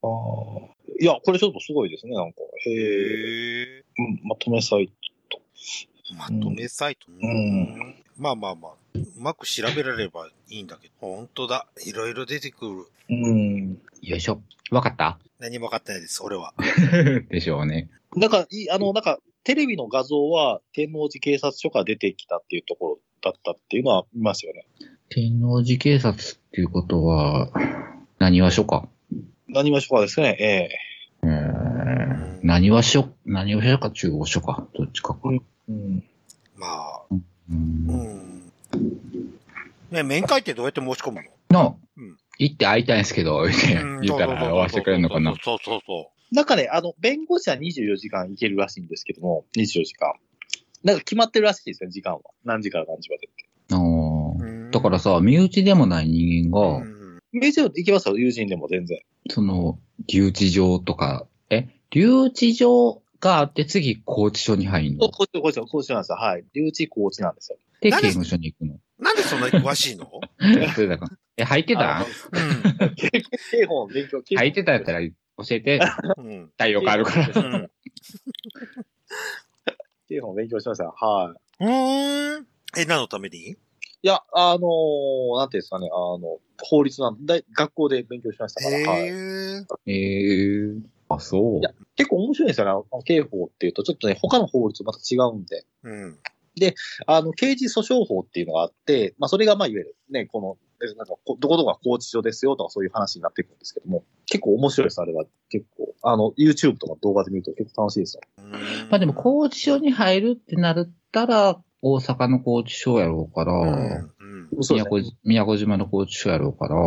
[SPEAKER 3] ああ。いや、これちょっとすごいですね、なんか。へえ。
[SPEAKER 1] へえ。
[SPEAKER 3] うん、まとめサイト。
[SPEAKER 1] まとめサイト。うん
[SPEAKER 3] ん
[SPEAKER 1] まあまあまあ、うまく調べられればいいんだけど。本当だ。いろいろ出てくる。
[SPEAKER 3] うん。
[SPEAKER 2] よいしょ。わかった
[SPEAKER 1] 何も分かってないです、俺は。
[SPEAKER 2] でしょうね。
[SPEAKER 3] なんか、いあの、なんか、テレビの画像は天王寺警察署から出てきたっていうところだったっていうのは見ますよね。
[SPEAKER 2] 天王寺警察っていうことは、何和所か。
[SPEAKER 3] 何ましょうかですね、え
[SPEAKER 2] う
[SPEAKER 3] え
[SPEAKER 2] ーん。何和所、何和所か中央所か。どっちかか。う。
[SPEAKER 3] うん。
[SPEAKER 1] まあ、うんん。ね、面会ってどうやって申し込むの
[SPEAKER 2] の
[SPEAKER 1] うん、
[SPEAKER 2] 行って会いたいんですけど、言って
[SPEAKER 1] うん
[SPEAKER 2] 言ったら会わせてくれるのかな。
[SPEAKER 1] そうそうそ
[SPEAKER 3] なんかね、あの、弁護士は24時間行けるらしいんですけども、24時間。なんか決まってるらしいですね、時間は。何時から何時までって。
[SPEAKER 2] あ
[SPEAKER 1] う
[SPEAKER 2] ー
[SPEAKER 1] そう。
[SPEAKER 2] だからさ、身内でもない人間が、
[SPEAKER 1] うん
[SPEAKER 3] 名称行けますよ、友人でも全然。
[SPEAKER 2] その、留置場とか、え留置場があって次、拘置所に入る
[SPEAKER 3] お
[SPEAKER 2] の
[SPEAKER 3] こっち、こっち、こっちなんですよ。はい。留置コーチなんですよ。
[SPEAKER 2] で、刑
[SPEAKER 1] 何
[SPEAKER 2] 務所に行くの。
[SPEAKER 1] なんでそんなに詳しいの
[SPEAKER 2] それだからえ、入って
[SPEAKER 3] あ
[SPEAKER 2] た
[SPEAKER 1] う
[SPEAKER 3] 刑法の勉強、刑 法
[SPEAKER 2] 入ってたやったら教え て、
[SPEAKER 1] ん。うん。
[SPEAKER 2] 対応変わるから。
[SPEAKER 1] うん
[SPEAKER 3] 刑法の勉強しました。はい。
[SPEAKER 1] うーん。え、何のために
[SPEAKER 3] いや、あのー、なんていうんですかね、あの、法律なんで、学校で勉強しましたから、はい。
[SPEAKER 1] え。
[SPEAKER 2] えー、 あ、そう。
[SPEAKER 3] や結構面白いんですよねあの、刑法っていうと、ちょっとね、他の法律とまた違うんで。
[SPEAKER 1] うん。
[SPEAKER 3] あの、刑事訴訟法っていうのがあって、まあ、それが、まあ、いわゆるね、この、えなんかこどこどこが拘置所ですよとかそういう話になっていくんですけども、結構面白いです、あれは。結構、あの、YouTube とか動画で見ると結構楽しいですよ。
[SPEAKER 2] まあでも、拘置所に入るってなったら、大阪の拘置所やろうから、
[SPEAKER 1] うん。うん
[SPEAKER 3] そう
[SPEAKER 2] 宮
[SPEAKER 3] です
[SPEAKER 2] 古
[SPEAKER 3] ね。
[SPEAKER 2] 宮古島の拘置所やろうから、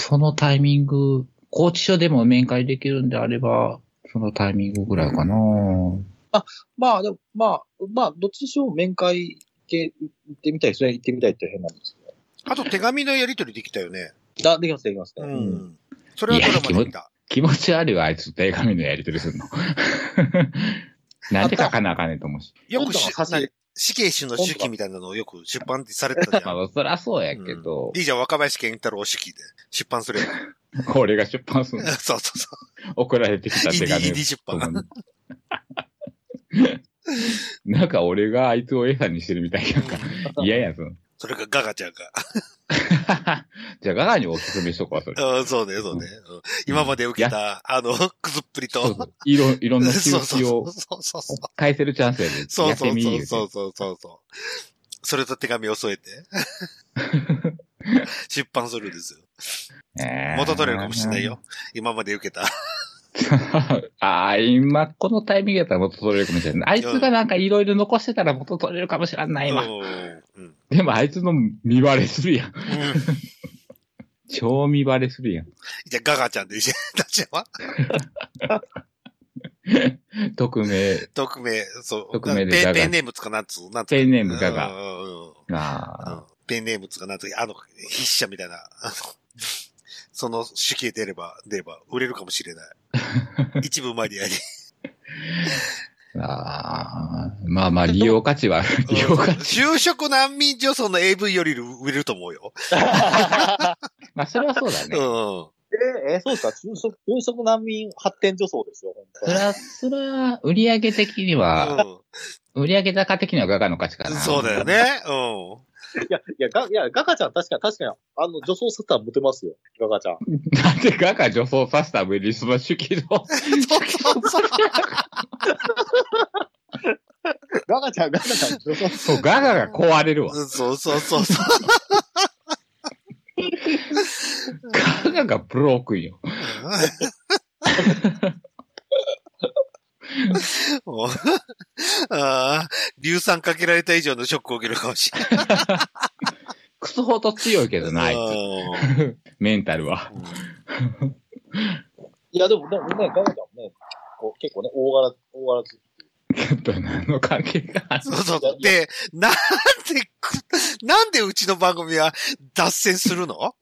[SPEAKER 2] そのタイミング、拘置所でも面会できるんであれば、そのタイミングぐらいかな。
[SPEAKER 3] まあ、でも、まあ、まあ、どっちにしろ面会系行ってみたいですね。行ってみたいって変なんですけ
[SPEAKER 1] あと手紙のやり取りできたよね。
[SPEAKER 3] ど。あ、できます、できますね。
[SPEAKER 1] う
[SPEAKER 3] うん。
[SPEAKER 1] ん。それはドラマで見た。
[SPEAKER 2] 気持ち悪いわ、あいつと映画見のやり取りするの。 なんて書かなあかんねんと思うし。
[SPEAKER 1] よくし
[SPEAKER 3] 本当は差し入れ
[SPEAKER 1] 死刑囚の手記みたいなのをよく出版されてたじゃ
[SPEAKER 2] ま
[SPEAKER 1] ん。
[SPEAKER 2] あ、そらそうやけど、
[SPEAKER 1] いいじゃん、若林健太郎手記で出版すれば。
[SPEAKER 2] 俺が出版するの。
[SPEAKER 1] そうそうそ
[SPEAKER 2] 送られてきた
[SPEAKER 1] う。イ
[SPEAKER 2] 手
[SPEAKER 1] ンディ
[SPEAKER 2] 紙
[SPEAKER 1] インディ出
[SPEAKER 2] と
[SPEAKER 1] 版。
[SPEAKER 2] もになんか俺があいつを餌にしてるみたいな。嫌や、その。
[SPEAKER 1] それかガガちゃんが。
[SPEAKER 2] じゃあ、ガガにおすすめしとこう、それ。
[SPEAKER 1] うん、そうね、そうね。うん今まで受けた、あの、くずっぷり
[SPEAKER 2] そう
[SPEAKER 1] と
[SPEAKER 2] そ。ういろ、いろんな
[SPEAKER 1] そ
[SPEAKER 2] 刺
[SPEAKER 1] うそう そう
[SPEAKER 2] 激を
[SPEAKER 1] そうそうそう。
[SPEAKER 2] 返せるチャンスやで。
[SPEAKER 1] そう
[SPEAKER 2] やってみ
[SPEAKER 1] そうそうそ
[SPEAKER 2] う
[SPEAKER 1] うそうそう。それと手紙を 添えて。出版するんですよ。
[SPEAKER 2] 言うて
[SPEAKER 1] 元取れるかもしれないよ。。今まで受けた。
[SPEAKER 2] ああ、今、このタイミングやったら元取れるかもしれない。あいつがなんかいろいろ残してたら元取れるかもしれないわ。
[SPEAKER 1] うんうん。
[SPEAKER 2] でもあいつの見バレする やん。
[SPEAKER 1] うん
[SPEAKER 2] 超見バレするや
[SPEAKER 1] じゃあ、ガガちゃんでいいじゃん。 ダチャは
[SPEAKER 2] ん。匿名。
[SPEAKER 1] 匿名、そう。
[SPEAKER 2] 匿名で
[SPEAKER 1] ペン
[SPEAKER 2] ガガ
[SPEAKER 1] ペンネームつかなんつう、なんつう
[SPEAKER 2] ペンネームガガ
[SPEAKER 1] うんうんうん
[SPEAKER 2] まあ、
[SPEAKER 1] ペンネームつかなんつう、あの、筆者みたいな。 あのその手記出れば、出れば、売れるかもし れない。一部前でやり。
[SPEAKER 2] ああまあまあ、利用価値はある、 利用価値。
[SPEAKER 1] 就職難民女村の AV より売れると思うよ。
[SPEAKER 2] まあ、それはそうだ
[SPEAKER 1] う
[SPEAKER 2] ね。
[SPEAKER 1] ん。
[SPEAKER 3] ええそうですか、中速、中速難民発展助走ですよ、本
[SPEAKER 2] そ
[SPEAKER 3] 当
[SPEAKER 2] れは、それは、売上的には、売上高的にはガガの価値か
[SPEAKER 1] うん
[SPEAKER 2] な。
[SPEAKER 1] そうだよ。ね。うん。
[SPEAKER 3] いや、いや、がいやガガちゃん、確かに、確かに、あの、女装サターモテますよ、ガガちゃん。
[SPEAKER 2] なんでガガ女装させた上にその主義 の。
[SPEAKER 3] ガガちゃん、ガガちゃん、女装
[SPEAKER 2] そう、ガガが壊れるわ。
[SPEAKER 1] うんそうそうそう そう。
[SPEAKER 2] ガガがブロークンよ。
[SPEAKER 1] もうああ、硫酸かけられた以上のショックを受けるかもしれない。
[SPEAKER 2] クソほど強いけどな、あいつ
[SPEAKER 1] うん
[SPEAKER 2] メンタルは。
[SPEAKER 3] いや、でも、でもね、ガガちゃんもね、こう結構ね、大柄、大柄ず、
[SPEAKER 2] ちょっと何の関係がある
[SPEAKER 1] そうそう。で、なんでく、なんでうちの番組は脱線するの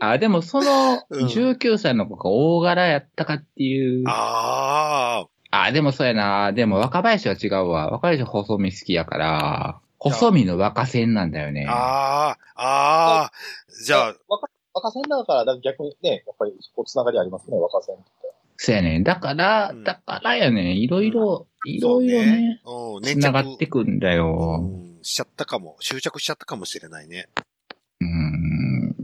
[SPEAKER 2] あ、でもその
[SPEAKER 1] うん
[SPEAKER 2] 19歳の子が大柄やったかっていう。
[SPEAKER 1] ああ、
[SPEAKER 2] あ、でもそうやな。でも若林は違うわ。若林細身好きやから、細身の若線なんだよね。
[SPEAKER 1] ああ、ああ、じゃあ、
[SPEAKER 3] 若、若線だから、だから逆にね、やっぱり、こう、つながりありますね、若線って。
[SPEAKER 2] そうやね。だから、
[SPEAKER 1] うん
[SPEAKER 2] だからやね。いろいろ、い
[SPEAKER 1] そ
[SPEAKER 2] ろ
[SPEAKER 1] う
[SPEAKER 2] いろね。。
[SPEAKER 1] うん、粘着
[SPEAKER 2] 繋がってくんだよ。
[SPEAKER 1] うんしちゃったかも。執着しちゃったかもしれないね。
[SPEAKER 2] うん。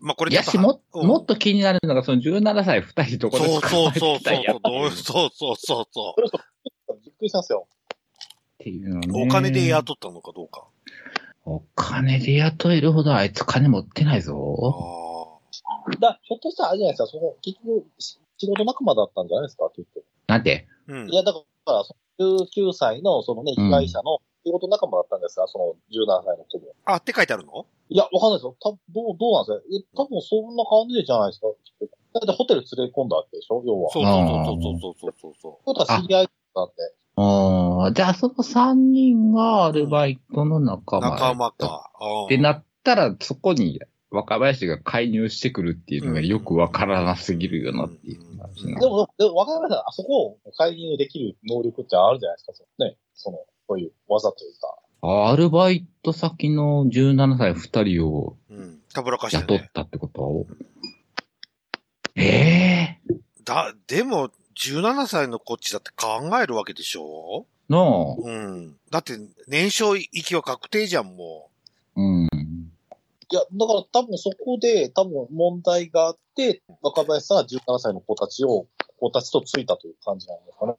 [SPEAKER 1] まあ、これ
[SPEAKER 2] い
[SPEAKER 1] ちょ
[SPEAKER 2] や
[SPEAKER 1] っと
[SPEAKER 2] し、も、
[SPEAKER 1] うん
[SPEAKER 2] もっと気になるのが、その17歳2人どこで
[SPEAKER 1] そう
[SPEAKER 2] 捕
[SPEAKER 1] そ
[SPEAKER 2] ま
[SPEAKER 1] う
[SPEAKER 2] え
[SPEAKER 1] そう
[SPEAKER 2] てきた
[SPEAKER 1] そ
[SPEAKER 2] んやっ
[SPEAKER 1] う。どうそうそうそうそ
[SPEAKER 3] びっくりしたんですよ。
[SPEAKER 2] ていうのね
[SPEAKER 1] う。お金で雇ったのかどうか。
[SPEAKER 2] お金で雇えるほどあいつ金持ってないぞ。
[SPEAKER 1] あ
[SPEAKER 3] だひょっとしたらあれじゃないですか、その、結局、し仕事仲間だったんじゃないですか、結局。
[SPEAKER 2] なんて
[SPEAKER 1] あ。うん
[SPEAKER 3] い。や、だから、その19歳の、そのね、被害者の仕事仲間だったんですが、その17歳の子も。
[SPEAKER 1] あ、って書いてあるの
[SPEAKER 3] いや、わかんないですよ。たどう、どうなんですかえ多分そんな感じじゃないですか。だってホテル連れ込んだわけでしょ要は。
[SPEAKER 1] そうそうそうそうそうそうそう
[SPEAKER 3] う。ことは知り合いだって。
[SPEAKER 2] ああ、じゃあその3人がアルバイトの仲間。
[SPEAKER 1] 仲間。か。うん
[SPEAKER 2] ってなったら、そこに若林が介入してくるっていうのがよくわからなすぎるよなっていう話な
[SPEAKER 3] でも、でも、若い方はあそこを介入できる能力ってあるじゃないですか。そのね、その、そういう技というか。
[SPEAKER 2] アルバイト先の17歳2人を
[SPEAKER 1] うん。たぶらかして
[SPEAKER 2] 雇っ
[SPEAKER 1] ね。
[SPEAKER 2] たってことは、ええ
[SPEAKER 1] だ、でも、17歳のこっちだって考えるわけでしょ
[SPEAKER 2] ー、なあ。
[SPEAKER 1] うん。だって、年少行きは確定じゃん、も
[SPEAKER 2] うん。
[SPEAKER 3] いや、だから多分そこで、多分問題があって、若林さんは17歳の子たちを、子たちとついたという感じなんですかね。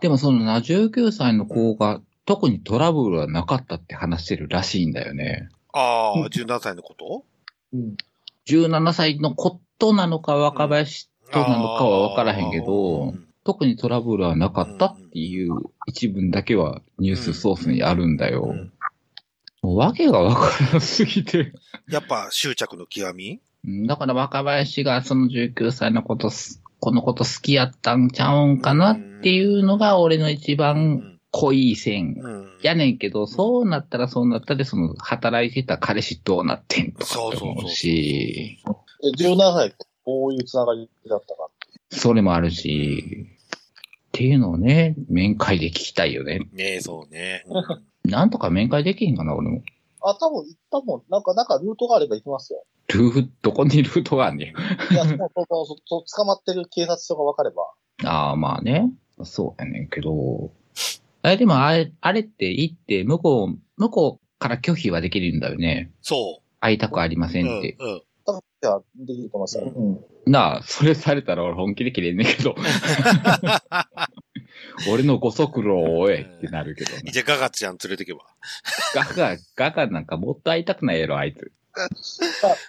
[SPEAKER 2] でもそのな19歳の子が特にトラブルはなかったって話してるらしいんだよね。
[SPEAKER 1] う。あ
[SPEAKER 3] うん
[SPEAKER 1] あ、17歳のこと
[SPEAKER 3] うん。
[SPEAKER 2] 17歳のことなのか若林となのかは分からへんけど、
[SPEAKER 1] あーうん
[SPEAKER 2] 特にトラブルはなかったっていう一文だけはニュースソースにあるんだよ。
[SPEAKER 1] うん
[SPEAKER 2] もう訳がわからなすぎて。
[SPEAKER 1] やっぱ執着の極み
[SPEAKER 2] うんだから若林がその19歳のことす、このこと好きやったんちゃうんかなっていうのが俺の一番濃い線。
[SPEAKER 1] うん。
[SPEAKER 2] やねんけど、そうなったらそうなったで、その働いてた彼氏どうなってんとかって思うし、
[SPEAKER 3] え17歳とこういうつながりだったか。
[SPEAKER 2] それもあるし、っていうのをね、面会で聞きたいよね。
[SPEAKER 1] ねえ、そうね。うん
[SPEAKER 2] なんとか面会できへんかな、俺も。
[SPEAKER 3] あ、多分、多分、なんか、なんかルートがあれば行きますよ。
[SPEAKER 2] ルーフ、どこにルートがあんねん。
[SPEAKER 3] い や、その、その、その捕まってる警察署が分かれば。
[SPEAKER 2] ああ、まあね。そうやねんけど。え、でもあれ、あれって言って、向こう、向こうから拒否はできるんだよね。
[SPEAKER 1] そ
[SPEAKER 2] 会いたくありませ
[SPEAKER 1] う。うん
[SPEAKER 2] っ
[SPEAKER 1] ん
[SPEAKER 2] て。。
[SPEAKER 1] うん
[SPEAKER 3] 多分、じゃあ、できると思いますよ。うん。
[SPEAKER 2] なあ、それされたら俺本気で切れんねんけ ど。俺のご足労を追えってなるけどな。
[SPEAKER 1] じゃあ、ガガちゃん連れてけば。
[SPEAKER 2] ガガ、ガガなんかもっと会いたくないやろ、あいつ。
[SPEAKER 3] あ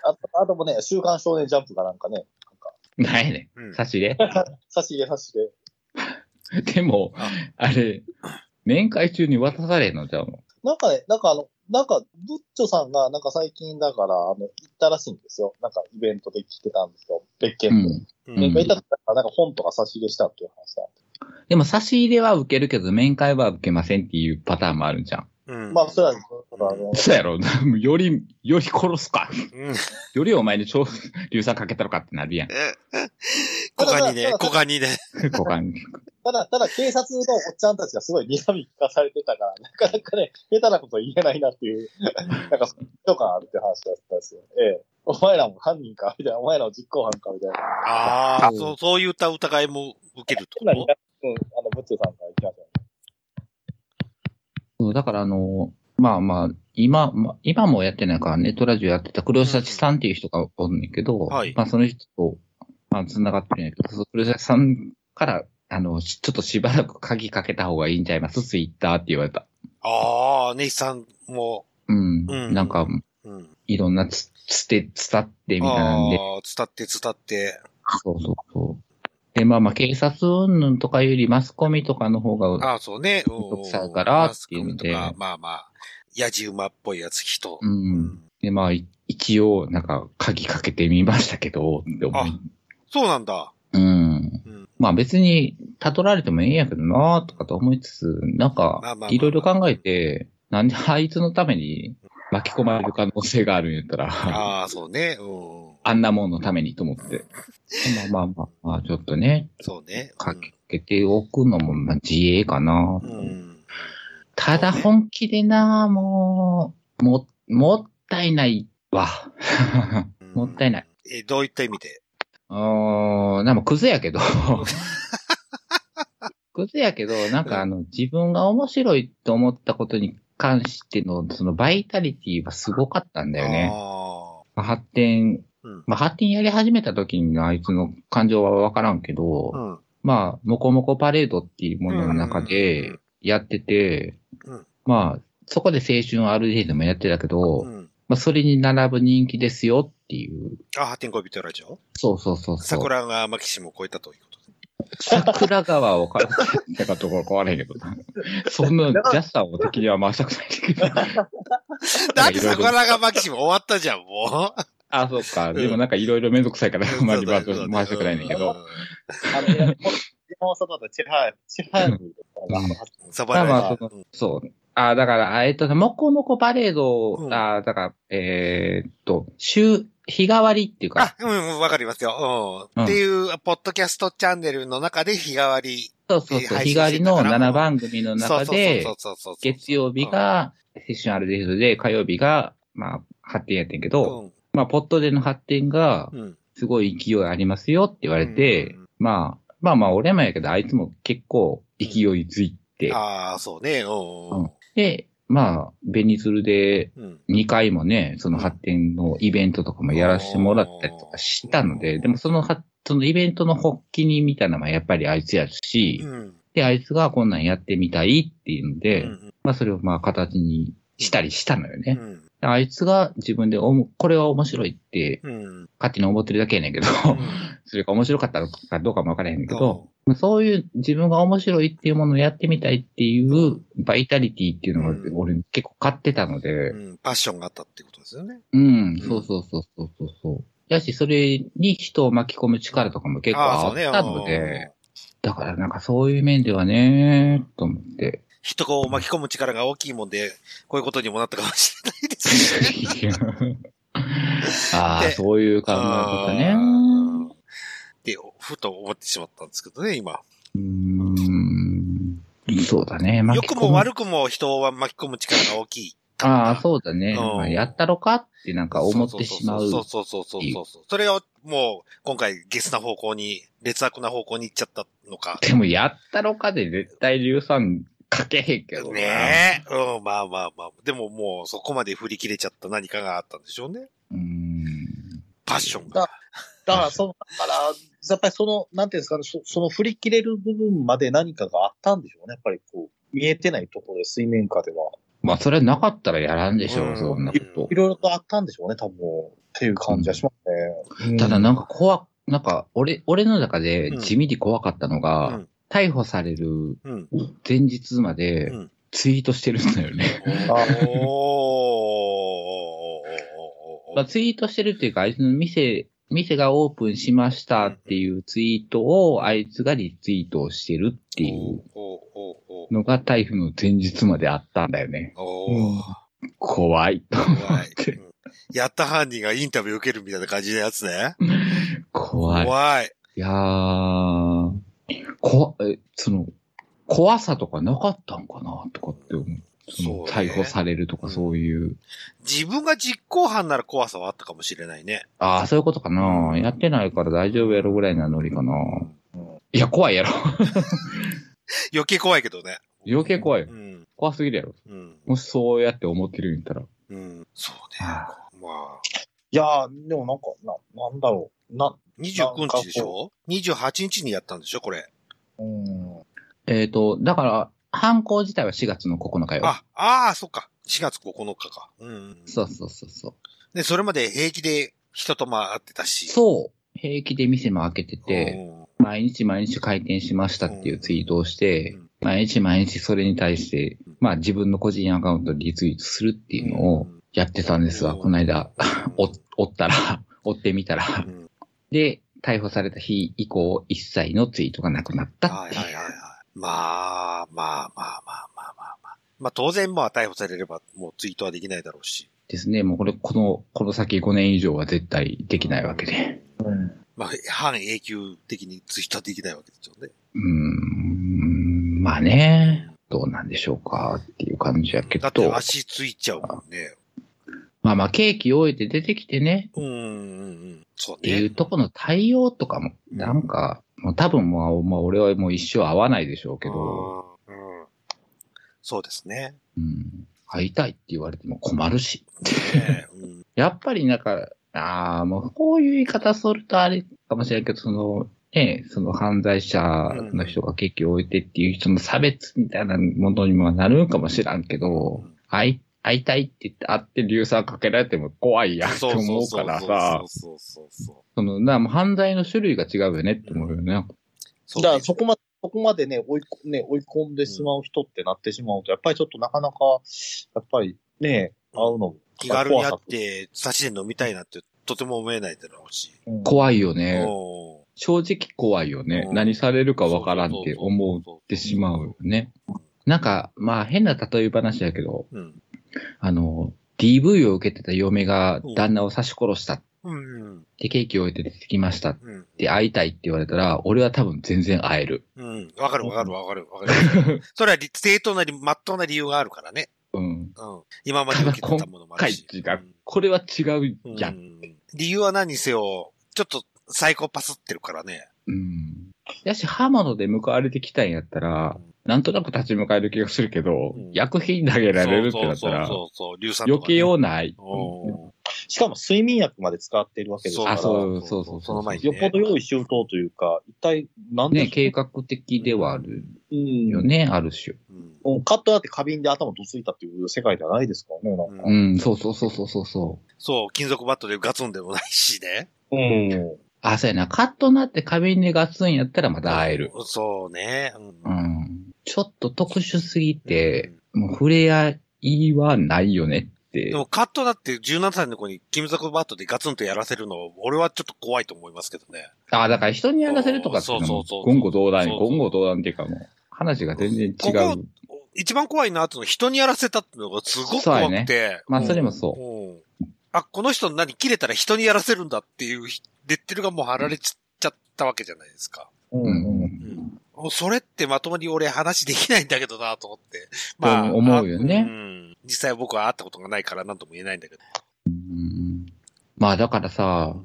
[SPEAKER 3] あと、あともね、週刊少年ジャンプがなんかね、
[SPEAKER 2] なんやね
[SPEAKER 1] うん
[SPEAKER 2] ん。差し入
[SPEAKER 3] 差し入れ差し入れ。
[SPEAKER 2] れ。 でも
[SPEAKER 1] あ、
[SPEAKER 2] あれ、面会中に渡されへんのじゃん。
[SPEAKER 3] なんかね、なんかあの、なんか、ブッチョさんが、なんか最近だから、あの、行ったらしいんですよ。なんかイベントで来てたんですよ。別
[SPEAKER 2] う
[SPEAKER 3] 件で。
[SPEAKER 2] ん。
[SPEAKER 1] う
[SPEAKER 2] うん
[SPEAKER 1] ん。
[SPEAKER 3] 行ったから、なんか本とか差し入れしたっていう話だ。
[SPEAKER 2] でも差し入れは受けるけど、面会は受けませんっていうパターンもあるじゃん。
[SPEAKER 1] うん
[SPEAKER 3] まあ、それは、だからあの、
[SPEAKER 2] そうやろ。 より、より殺すか。
[SPEAKER 1] うん
[SPEAKER 2] よりお前に超、硫酸かけたのかってなるやん。
[SPEAKER 1] え、股間にね、股間にね。
[SPEAKER 2] 股間に。
[SPEAKER 3] ただ、ただ警察のおっちゃんたちがすごい睨み聞かされてたから、なかなかね、下手なこと言えないなっていう、なんか、とかあるって話だったんですよ。ええ。お前らも犯人かみたいな。お前らも実行犯かみたいな。
[SPEAKER 1] ああ、そう、そういった疑いも受けるって
[SPEAKER 3] そんなに
[SPEAKER 1] こ
[SPEAKER 3] うん、あの、ブッチョさんから行きましょ
[SPEAKER 2] そうだからあの、まあまあ、今、まあ今もやってないから、ネットラジオやってた黒崎さんっていう人がおんねんけど、
[SPEAKER 1] はい
[SPEAKER 2] まあその人と、まあ繋がってるんやけど、その黒崎さんから、あの、しちょっとしばらく鍵かけた方がいいんちゃいますツイッターって言われた。
[SPEAKER 1] とああ、ネイさんも、
[SPEAKER 2] うん。
[SPEAKER 1] うん
[SPEAKER 2] なんか、
[SPEAKER 1] うん。
[SPEAKER 2] いろんなつ、つて、つたってみたいなん
[SPEAKER 1] あ
[SPEAKER 2] で、
[SPEAKER 1] あ、伝って伝って。
[SPEAKER 2] そうそうそう。で、まあまあ、警察云々とかよりマスコミとかの方が、
[SPEAKER 1] ああ、そうね。うん。
[SPEAKER 2] 毒さんから
[SPEAKER 1] マスコミと
[SPEAKER 2] っていうん
[SPEAKER 1] か
[SPEAKER 2] で、
[SPEAKER 1] まあまあ、やじ馬っぽいやつ人
[SPEAKER 2] う。ん。で、まあ、い一応、なんか、鍵かけてみましたけど、って思い
[SPEAKER 1] あそうなんだ。
[SPEAKER 2] うん
[SPEAKER 1] うん
[SPEAKER 2] まあ別に、たどられてもええんやけどなとかと思いつつ、なん
[SPEAKER 1] まあまあま
[SPEAKER 2] か
[SPEAKER 1] あ、
[SPEAKER 2] いろいろ考えて、なんであいつのために巻き込まれる可能性があるんやったら、
[SPEAKER 1] ああ、そうね。うん。
[SPEAKER 2] あんなもんのためにと思 って。まあまあまあ、まあ、ちょっとね、
[SPEAKER 1] そうね。
[SPEAKER 2] かけておくのもまあ自衛かな、
[SPEAKER 1] うん。うん。
[SPEAKER 2] ただ本気でなもう、も、もったいないわ。
[SPEAKER 1] うん
[SPEAKER 2] もったいない。
[SPEAKER 1] え、どういった意味で
[SPEAKER 2] うーん、なんかクズ やけど。クズやけど、なんかあの、自分が面白いと思ったことに関しての、そのバイタリティはすごかったんだよね。
[SPEAKER 1] あ
[SPEAKER 2] まあ発展、
[SPEAKER 1] あ。うん。
[SPEAKER 2] まあ、発展やり始めた時のあいつの感情はわからんけど、
[SPEAKER 1] うん。
[SPEAKER 2] まあ、モコモコパレードっていうものの中
[SPEAKER 1] うん
[SPEAKER 2] でやってて、
[SPEAKER 1] うん
[SPEAKER 2] まあ、そこで青春ある程度もやってたけど、
[SPEAKER 1] うん。
[SPEAKER 2] まあ、それに並ぶ人気ですよっていう。
[SPEAKER 1] あ、破天荒ビトラジオ
[SPEAKER 2] そうそうそうそう。
[SPEAKER 1] 桜がマキシムを超えたということで。
[SPEAKER 2] 桜川をからたかところ壊れへんけ どな。そんな、ジャスさんを敵には回したくないけど。
[SPEAKER 1] だって桜がマキシム終わったじゃん、もう。
[SPEAKER 2] あ、そうか。でもなんかいろいろめんどくさいから、あんまり回し
[SPEAKER 1] そうだよ
[SPEAKER 2] 回したくないねんだけ
[SPEAKER 1] う
[SPEAKER 2] ど。
[SPEAKER 3] う。あの、いやもう山本さんとチルハイム、チルハイムとかが、
[SPEAKER 1] んサバラ
[SPEAKER 2] まあまあ
[SPEAKER 1] イ
[SPEAKER 2] そ
[SPEAKER 1] ブ
[SPEAKER 2] そう。あ、だから、あえっとね、もこもこパレード、
[SPEAKER 1] うん
[SPEAKER 2] あ、だから、えーっと、週、日替わりっていうか
[SPEAKER 1] あ、、うん、うんわかりますよ。う。
[SPEAKER 2] うんん
[SPEAKER 1] っていう、ポッドキャストチャンネルの中で日替わり。
[SPEAKER 2] そうそうそう、日替わりの7番組の
[SPEAKER 1] そ
[SPEAKER 2] 中
[SPEAKER 1] うそう
[SPEAKER 2] で
[SPEAKER 1] そ、うそうそう。
[SPEAKER 2] 月曜日が、セッションある程度で、火曜日が、まあ、発展やってんけ
[SPEAKER 1] う
[SPEAKER 2] ど、
[SPEAKER 1] ん、
[SPEAKER 2] まあ、ポットでの発展が
[SPEAKER 1] う、ん。
[SPEAKER 2] すごい勢いありますよって言われて、
[SPEAKER 1] うん
[SPEAKER 2] まあ、まあまあ、俺もやけど、あいつも結構勢いづいて、
[SPEAKER 1] ああ、そうね。うん
[SPEAKER 2] で、まあ、ベニズルで
[SPEAKER 1] うん。うん。
[SPEAKER 2] 2回もね、その発展のイベントとかもやらせてもらったりとかしたの
[SPEAKER 1] う
[SPEAKER 2] で、
[SPEAKER 1] ん
[SPEAKER 2] でもそのは、そのイベントの発起人みたいなのはやっぱりあいつやし、
[SPEAKER 1] うん。
[SPEAKER 2] で、あいつがこんなんやってみたいっていうので、
[SPEAKER 1] うん
[SPEAKER 2] まあそれをまあ形にしたりしたのよ
[SPEAKER 1] う
[SPEAKER 2] ね。
[SPEAKER 1] ん。
[SPEAKER 2] あいつが自分でおも、これは面白いって
[SPEAKER 1] うん。
[SPEAKER 2] 勝手に思ってるだけやねんけど、それが面白かったのかどうかもわからへんけ ど、
[SPEAKER 1] う
[SPEAKER 2] そういう自分が面白いっていうものをやってみたいっていうバイタリティっていうのを
[SPEAKER 1] うん
[SPEAKER 2] 俺結構買ってたので、
[SPEAKER 1] ん。パッションがあったってことですよね。
[SPEAKER 2] うん、そうそうそうそうそうそう。やし、それに人を巻き込む力とかも結構
[SPEAKER 1] ああ、
[SPEAKER 2] あ
[SPEAKER 1] そうね。
[SPEAKER 2] ったの
[SPEAKER 1] うん
[SPEAKER 2] で、だからなんかそういう面ではね、と思って。
[SPEAKER 1] 人を巻き込む力が大きいもんで、こういうことにもなったかもしれないですね。
[SPEAKER 2] ああ、
[SPEAKER 1] で
[SPEAKER 2] そういう考え方ね。
[SPEAKER 1] うんって、ふと思ってしまったんですけどね、今。
[SPEAKER 2] うーん、そうだね。
[SPEAKER 1] 良
[SPEAKER 2] 巻き
[SPEAKER 1] く
[SPEAKER 2] 込
[SPEAKER 1] も
[SPEAKER 2] む
[SPEAKER 1] 悪くも人を巻き込む力が大きい。
[SPEAKER 2] ああ、そうだね。
[SPEAKER 1] うん
[SPEAKER 2] まあ、やったろかってなんか思ってしまう。
[SPEAKER 1] そうそうそうそうそうそう。それがもう、今回、ゲスな方向に、劣悪な方向に行っちゃったのか。
[SPEAKER 2] でも、やったろかで絶対硫酸かけへんけどな。
[SPEAKER 1] ねえ。うん、まあまあまあ。でももう、そこまで振り切れちゃった何かがあったんでしょうね。
[SPEAKER 2] うーん。
[SPEAKER 1] パッションが。
[SPEAKER 3] だから、その、だから、やっぱりその、なんていうんですかね、そその振り切れる部分まで何かがあったんでしょうね。やっぱりこう、見えてないところで水面下では。
[SPEAKER 2] まあ、それなかったらやらんでしょう、
[SPEAKER 1] うん
[SPEAKER 2] そんなこと
[SPEAKER 3] い。ろいろとあったんでしょうね、多分。っていう感じはしますね。
[SPEAKER 2] ただ、なんか怖、なんか、俺、俺の中で地味に怖かったの
[SPEAKER 1] う
[SPEAKER 2] が、
[SPEAKER 1] ん。
[SPEAKER 2] 逮捕される
[SPEAKER 1] うん。
[SPEAKER 2] 前日まで
[SPEAKER 1] うん
[SPEAKER 2] ツイートしてるんだよね。
[SPEAKER 1] おー
[SPEAKER 2] まあ、ツイートしてるっていうか、あいつの店、店がオープンしましたっていうツイートを、あいつがリツイートをしてるっていう
[SPEAKER 1] おーおーおー
[SPEAKER 2] のが台風の前日まであったんだよね。
[SPEAKER 1] おー
[SPEAKER 2] 怖い。
[SPEAKER 1] 怖い。うんやった犯人がインタビュー受けるみたいな感じのやつね。
[SPEAKER 2] 怖い。
[SPEAKER 1] 怖い。
[SPEAKER 2] いやー、こわ、え、その、怖さとかなかったんかなとかって思う。その
[SPEAKER 1] そう
[SPEAKER 2] 逮捕
[SPEAKER 1] ね。
[SPEAKER 2] されると
[SPEAKER 1] う
[SPEAKER 2] か
[SPEAKER 1] ん
[SPEAKER 2] そういう。
[SPEAKER 1] 自分が実行犯なら怖さはあったかもしれないね。
[SPEAKER 2] ああ、そういうことかな。やってないから大丈夫やろぐらいなノリかな。いや、怖いやろ。
[SPEAKER 1] 余計怖いけどね。
[SPEAKER 2] 余計怖いよ
[SPEAKER 1] う。ん。
[SPEAKER 2] 怖すぎるやろ。
[SPEAKER 1] うん。
[SPEAKER 2] もしそうやって思ってるんやったら。
[SPEAKER 1] うん。そうね。
[SPEAKER 2] あ
[SPEAKER 1] まあ、
[SPEAKER 3] いやー、でもなんか、な、なんだろう。な、
[SPEAKER 1] 29日でしょ ?28 日にやったんでしょこれ。
[SPEAKER 3] うん。
[SPEAKER 2] えっ、と、だから、犯行自体は4月の9日よ。
[SPEAKER 1] あ、ああ、そっか。4月9日か。うん。
[SPEAKER 2] そうそうそうそう。
[SPEAKER 1] で、それまで平気で人と回ってたし。
[SPEAKER 2] そう。平気で店も開けてて、
[SPEAKER 1] うん
[SPEAKER 2] 毎日毎日開店しましたっていうツイートをして
[SPEAKER 1] うん、
[SPEAKER 2] 毎日毎日それに対して、まあ自分の個人アカウントでリツイートするっていうのをやってたんですが、
[SPEAKER 1] うん
[SPEAKER 2] この間、
[SPEAKER 1] う
[SPEAKER 2] お
[SPEAKER 1] ん、
[SPEAKER 2] おったら、 追ってみたら、
[SPEAKER 1] うん
[SPEAKER 2] で、逮捕された日以降、一切のツイートがなくなったっ
[SPEAKER 1] はい
[SPEAKER 2] て
[SPEAKER 1] はいいうはいはい。まあ、まあまあまあまあまあまあ。まあ当然まあ逮捕されればもうツイートはできないだろうし。
[SPEAKER 2] ですね。もうこれ、この、この先5年以上は絶対できないわけで。
[SPEAKER 3] うん。
[SPEAKER 1] まあ半永久的にツイートはできないわけですよね。
[SPEAKER 2] うーん、まあね、どうなんでしょうかっていう感じやけ
[SPEAKER 1] だって
[SPEAKER 2] ど。
[SPEAKER 1] 足ついちゃうもんね。
[SPEAKER 2] まあまあ、ケーキ終えて出てきてね、
[SPEAKER 1] うんうんうん。そう
[SPEAKER 2] っていう
[SPEAKER 1] ね。
[SPEAKER 2] とこの対応とかも、なんか、もう多分まあ、まあ、俺はもう一生会わないでしょうけど、
[SPEAKER 1] うんうんそうです ね。
[SPEAKER 2] うん、会いたいって言われても困るし。
[SPEAKER 1] ねうん
[SPEAKER 2] やっぱりなんか、ああ、もうこういう言い方するとあれかもしれんけど、その、ね、その犯罪者の人が刑期を置いてっていう人の差別みたいなものにもなるんかもしらんけど、会い、会いたいって言って会って硫酸かけられても怖いやんって
[SPEAKER 1] そうそ
[SPEAKER 2] 思
[SPEAKER 1] う
[SPEAKER 2] うか
[SPEAKER 1] そう
[SPEAKER 2] らさ、
[SPEAKER 1] そうそうそう。
[SPEAKER 2] その、な、もう犯罪の種類が違うよねって思うよね。
[SPEAKER 1] そう
[SPEAKER 3] だ
[SPEAKER 1] ね
[SPEAKER 3] からそこまで、そこまでね、追いこ、ね、追い込んでしまう人ってなってしまうと、やっぱりちょっとなかなか、やっぱりね、会うのも。
[SPEAKER 1] 気軽に会って、差しで飲みたいなって、とても思えないだろうし。
[SPEAKER 3] うん
[SPEAKER 2] 怖いよね。
[SPEAKER 1] お
[SPEAKER 2] 正直怖いよね。
[SPEAKER 1] うん
[SPEAKER 2] 何されるかわからんって思ってしまうよね。なんか、まあ変な例え話やけど、
[SPEAKER 1] ーうん。
[SPEAKER 2] あの、DV を受けてた嫁が旦那を刺し殺したっ
[SPEAKER 1] うん。うん。
[SPEAKER 2] てケーキを置いて出てきましたっ
[SPEAKER 1] うん。
[SPEAKER 2] て会いたいって言われたら、俺は多分全然会える。
[SPEAKER 1] うん。わかるわかるわかるわか る。それはり正当なり、まっとうな理由があるからね。
[SPEAKER 2] うん。
[SPEAKER 1] うん。今まで受けてたものもある
[SPEAKER 2] 回
[SPEAKER 1] し。
[SPEAKER 2] 違う。これは違う
[SPEAKER 1] うん
[SPEAKER 2] や。
[SPEAKER 1] うんん理由は何にせよ、ちょっとサイコパスってるからね。
[SPEAKER 2] うん。やし、刃物で向かわれてきたんやったら
[SPEAKER 1] うん、
[SPEAKER 2] なんとなく立ち向かえる気がするけど、
[SPEAKER 1] うん
[SPEAKER 2] 薬品投げられるってなったら、
[SPEAKER 1] そうそうそうそう、硫酸とかね
[SPEAKER 2] 余計ようない。
[SPEAKER 1] おー
[SPEAKER 3] しかも睡眠薬まで使ってるわけですから、
[SPEAKER 2] あそうそうそう
[SPEAKER 1] その前にね。
[SPEAKER 3] よっぽど用意周到というか、一体なんで、
[SPEAKER 2] ね、計画的ではある
[SPEAKER 3] うん、
[SPEAKER 2] よね、ある種。
[SPEAKER 1] うん
[SPEAKER 3] もうカットだって花瓶で頭どついたっていう世界ではないですからね、なんか。
[SPEAKER 2] うん、そうそうそうそうそうそう。
[SPEAKER 1] そう、金属バットでガツンでもないしね。
[SPEAKER 3] うん。
[SPEAKER 2] あ、そうやな。カットなって花瓶でガツンやったらまた会える。
[SPEAKER 1] そうね。うん
[SPEAKER 2] うん。ちょっと特殊すぎて、もう触れ合いはないよねって
[SPEAKER 1] で。もカットだって17歳の子に金属バットでガツンとやらせるのは、俺はちょっと怖いと思いますけどね。
[SPEAKER 2] あ、だから人にやらせるとかっていの
[SPEAKER 1] そう
[SPEAKER 2] も
[SPEAKER 1] そうそうそう
[SPEAKER 2] 言語道断、
[SPEAKER 1] そうそう
[SPEAKER 2] 言語道断っていうかもう、話が全然違う。
[SPEAKER 1] ここ一番怖いなってのは人にやらせたってのがすごく怖く
[SPEAKER 2] そ
[SPEAKER 1] て。
[SPEAKER 2] まあそれも
[SPEAKER 1] う
[SPEAKER 2] そ
[SPEAKER 1] ん。うんあ、この人何切れたら人にやらせるんだっていうレッテルがもう貼られちゃったわけじゃないですか。
[SPEAKER 3] う
[SPEAKER 2] う。うん
[SPEAKER 3] ん。うん。
[SPEAKER 1] うん。もうそれってまともに俺話できないんだけどなと思って。まあ。
[SPEAKER 2] と思うよね
[SPEAKER 1] あうん。実際僕は会ったことがないから何とも言えないんだけど。
[SPEAKER 2] うんまあだからさ、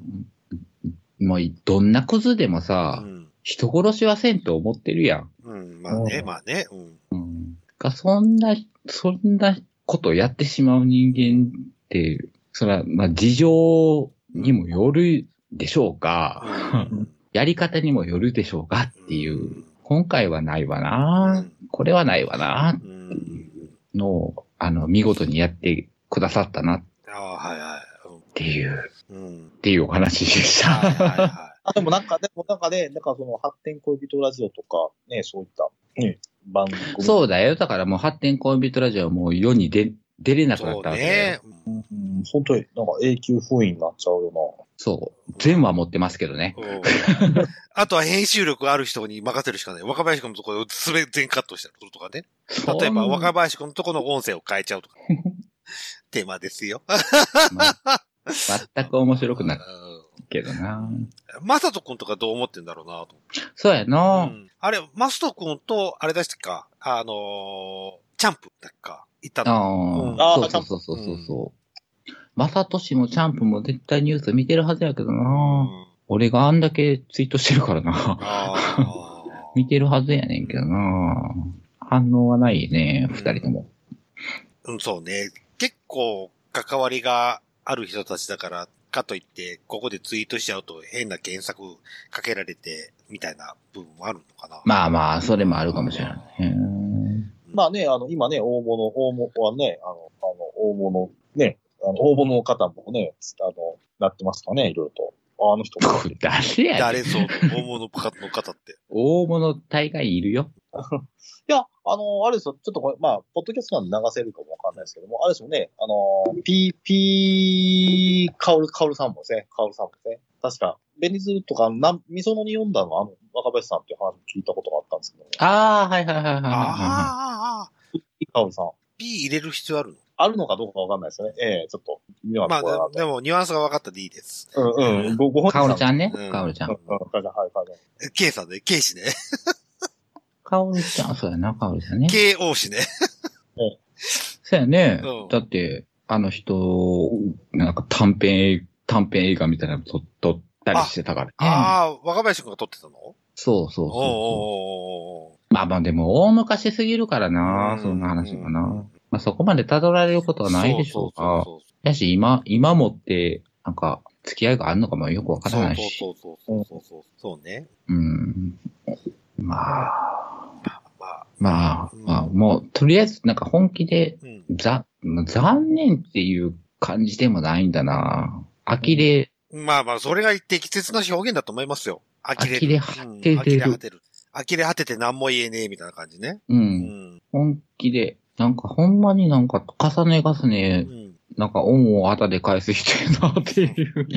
[SPEAKER 2] もうどんなクズでもさ、
[SPEAKER 1] うん。
[SPEAKER 2] 人殺しはせんと思ってるやん。
[SPEAKER 1] うん。まあね、
[SPEAKER 3] うん
[SPEAKER 1] まあね。うん。
[SPEAKER 2] が、そんな、そんなことをやってしまう人間って、それは、まあ、事情にもよるでしょうか、
[SPEAKER 1] うん
[SPEAKER 2] やり方にもよるでしょうかっていう、今回はないわ
[SPEAKER 1] う
[SPEAKER 2] な、
[SPEAKER 1] ん
[SPEAKER 2] これはないわな、
[SPEAKER 1] うん。
[SPEAKER 2] のを、あの、見事にやってくださったなっ
[SPEAKER 1] ああ、はいは
[SPEAKER 2] ていう、
[SPEAKER 1] い。うん。
[SPEAKER 2] っていうお話でし
[SPEAKER 1] はい
[SPEAKER 2] た。
[SPEAKER 1] はいは。
[SPEAKER 3] あ、でもなんか、でもなんかね、なんかその発展恋人ラジオとか、ね、そういった、ね、番組。
[SPEAKER 2] そうだよ。だからもう発展恋人ラジオはもう世に出、出 れないくな
[SPEAKER 1] そ
[SPEAKER 2] っ
[SPEAKER 1] う
[SPEAKER 2] たわけだ
[SPEAKER 1] ね。
[SPEAKER 2] よ
[SPEAKER 3] うん。うん本当に、なんか永久封印になっちゃうよ
[SPEAKER 2] そう。全話持ってますけどね。
[SPEAKER 1] うんあとは編集力ある人に任せるしかない。若林君のところすべ全カットしたりするとかね。例えば若林君のところの音声を変えちゃう とか。手間ですよ。
[SPEAKER 2] ま全く面白くなく
[SPEAKER 1] うん
[SPEAKER 2] けどな。
[SPEAKER 1] マサト君とかどう思ってんだろうなと思って
[SPEAKER 2] そうやな。
[SPEAKER 1] うんあれ、マスト君と、あれだしたっけか、あのーチャンプだっけか、いたの。うん
[SPEAKER 2] ああ、そうそうそうそうそう。まさとしもチャンプも絶対ニュース見てるはずやけどな。
[SPEAKER 1] うん
[SPEAKER 2] 俺があんだけツイートしてるからな。
[SPEAKER 1] あー
[SPEAKER 2] 見てるはずやねんけどな。反応はないね、二人とも。
[SPEAKER 1] うん、そうね。結構、関わりがある人たちだから、かといって、ここでツイートしちゃうと変な検索かけられて、みたいな部分もあるのかな。
[SPEAKER 2] まあまあ、それもあるかもしれないね。
[SPEAKER 3] まあね、あの、今ね、大物、大物はね、あの、あの大物、ね、あの大物の方もね、つあの、なってますからね、いろいろと。ああの人も。
[SPEAKER 2] 誰やねん
[SPEAKER 1] 誰そう、大物の方 って。
[SPEAKER 2] 大物大概いるよ。
[SPEAKER 3] いや、あの、あれですよ、ちょっとこれ、まあ、ポッドキャストなんで流せるかもわかんないですけども、あれですよね、あの、ピー、ピー、カオル、カオルさんもですね、カオルさんもですね、確か、ベニズルとか、なん、ミソノに読んだのは、あの、若林さんっていう話も聞いたことがあったんですけど、
[SPEAKER 2] ああ、はいはいはいはいはいは
[SPEAKER 1] ああ、ああ、
[SPEAKER 3] カオルさん、
[SPEAKER 1] P 入れる必要あるの
[SPEAKER 3] あるのかどうかわかんないですよね。ええちょっと、見
[SPEAKER 1] ま
[SPEAKER 3] なか
[SPEAKER 1] あ、
[SPEAKER 3] ったな
[SPEAKER 1] ででも、ニュアンスが分かったでいいです。
[SPEAKER 3] うんうん、ご、ご
[SPEAKER 2] い。
[SPEAKER 3] 本人
[SPEAKER 2] かお
[SPEAKER 3] さ
[SPEAKER 2] る
[SPEAKER 3] ん
[SPEAKER 2] ちゃんね
[SPEAKER 1] うん。
[SPEAKER 2] かおるちゃ
[SPEAKER 1] ゃん
[SPEAKER 2] ん。
[SPEAKER 3] うん、うん、カオルちゃん、はい、カオルちゃん。
[SPEAKER 1] え K さんね、K 氏ね。
[SPEAKER 2] かおるちゃん、そうやな、かおるちゃんね。
[SPEAKER 1] KO 氏ね。
[SPEAKER 2] そうやね
[SPEAKER 1] うん。
[SPEAKER 2] だって、あの人、なんか短編、短編映画みたいなの撮撮ったりしてたからね。
[SPEAKER 1] ああ、若林君が撮ってたの
[SPEAKER 2] そうそうそう
[SPEAKER 1] おうおう
[SPEAKER 2] そ
[SPEAKER 1] おうおう
[SPEAKER 2] う。まあまあでも、大昔すぎるからな
[SPEAKER 1] う、ん
[SPEAKER 2] そんな話は
[SPEAKER 1] うん
[SPEAKER 2] な。まあそこまで辿られることはないでしょうか。
[SPEAKER 1] そう
[SPEAKER 2] やし、今、今もって、なんか、付き合いがあるのかもよくわからないし。
[SPEAKER 1] そうそうそうそうそうそうそうそうね。
[SPEAKER 2] うん。まあ、
[SPEAKER 1] まあ、
[SPEAKER 2] まあ、
[SPEAKER 1] うん
[SPEAKER 2] まあ、もう、とりあえず、なんか本気で、
[SPEAKER 1] うん。
[SPEAKER 2] ざ、残念っていう感じでもないんだな。呆れ、
[SPEAKER 1] まあまあ、それが適切な表現だと思いますよ。呆れる。
[SPEAKER 2] 呆れ果てる
[SPEAKER 1] うん呆れ果てる。呆れ果てて何も言えねえみたいな感じね。
[SPEAKER 2] う、
[SPEAKER 1] うんん。
[SPEAKER 2] 本気で、なんかほんまになんか重ね重
[SPEAKER 1] う
[SPEAKER 2] ね、
[SPEAKER 1] ん。
[SPEAKER 2] なんか恩をあたで返す人やなっていう。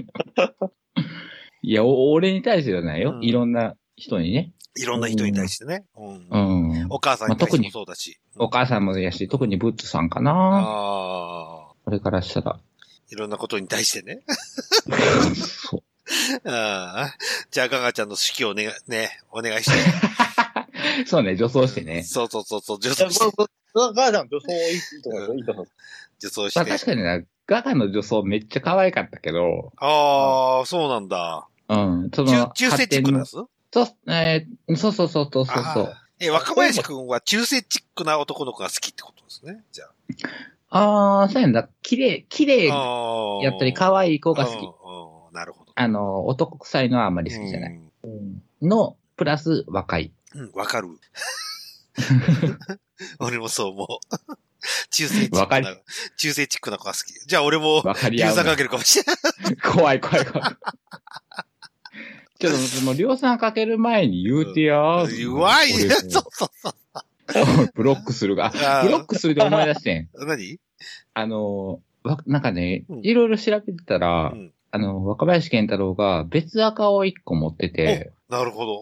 [SPEAKER 2] いや、お俺に対してじゃないよ。
[SPEAKER 1] うん
[SPEAKER 2] いろんな人にね。
[SPEAKER 1] いろんな人に対してね。うん。
[SPEAKER 2] うん。
[SPEAKER 1] お母さんに対してもそうだし。
[SPEAKER 2] お母さんもやし、特にブッツさんかな。
[SPEAKER 1] ああ。
[SPEAKER 2] これからしたら。
[SPEAKER 1] いろんなことに対してね。
[SPEAKER 2] そう。
[SPEAKER 1] ああ。じゃあ、ガガちゃんの指揮をね、ね、お願いして。
[SPEAKER 2] そうね、女装してね。
[SPEAKER 1] そうそうそうそう、女
[SPEAKER 3] いや
[SPEAKER 1] 装して。
[SPEAKER 3] これこれガーちゃん、女装いいと思いますよ、いいと思います。
[SPEAKER 1] 女装
[SPEAKER 2] まあ
[SPEAKER 1] し
[SPEAKER 2] 確
[SPEAKER 1] て。
[SPEAKER 2] かにな、ガガの女装めっちゃ可愛かったけど、
[SPEAKER 1] ああ、そうなんだ。
[SPEAKER 2] うん、そ
[SPEAKER 1] 中
[SPEAKER 2] の、、
[SPEAKER 1] 中性チ
[SPEAKER 2] 発
[SPEAKER 1] ッ
[SPEAKER 2] 展
[SPEAKER 1] クなん
[SPEAKER 2] の
[SPEAKER 1] ですそう
[SPEAKER 2] そう、えーそうそうそうそうそうそう。
[SPEAKER 1] え、若林くんは中性チックな男の子が好きってことですね。じゃあ。
[SPEAKER 2] あー、そうやんだ。綺麗、綺麗や
[SPEAKER 1] あ
[SPEAKER 2] ったり
[SPEAKER 1] わ
[SPEAKER 2] 可愛い子
[SPEAKER 1] い
[SPEAKER 2] が好き。
[SPEAKER 1] き。なるほど。
[SPEAKER 2] あの、男臭いのはあんまり好きじゃない。
[SPEAKER 1] うん。
[SPEAKER 2] の、プラス若い。
[SPEAKER 1] うん、わかる。 俺もそう思う。 中性チッ
[SPEAKER 2] わか
[SPEAKER 1] ク
[SPEAKER 2] り
[SPEAKER 1] な、中性チックな子が好き。じゃあ俺も、
[SPEAKER 2] わかり
[SPEAKER 1] 硫
[SPEAKER 2] 合うな
[SPEAKER 1] 酸。かけるかもしれない。
[SPEAKER 2] 怖い怖い怖い。ちょっと、その、量産かける前に言うてよ。
[SPEAKER 1] 弱い。
[SPEAKER 2] 俺
[SPEAKER 1] そうそうそう。
[SPEAKER 2] ブロックするが。
[SPEAKER 1] あ
[SPEAKER 2] ブロックするで思い出してん。
[SPEAKER 1] ー何
[SPEAKER 2] あの、わなんかね
[SPEAKER 1] うん、
[SPEAKER 2] いろいろ調べてたら、
[SPEAKER 1] うん
[SPEAKER 2] あの、若林健太郎が別赤を一個持ってて、
[SPEAKER 1] なるほど。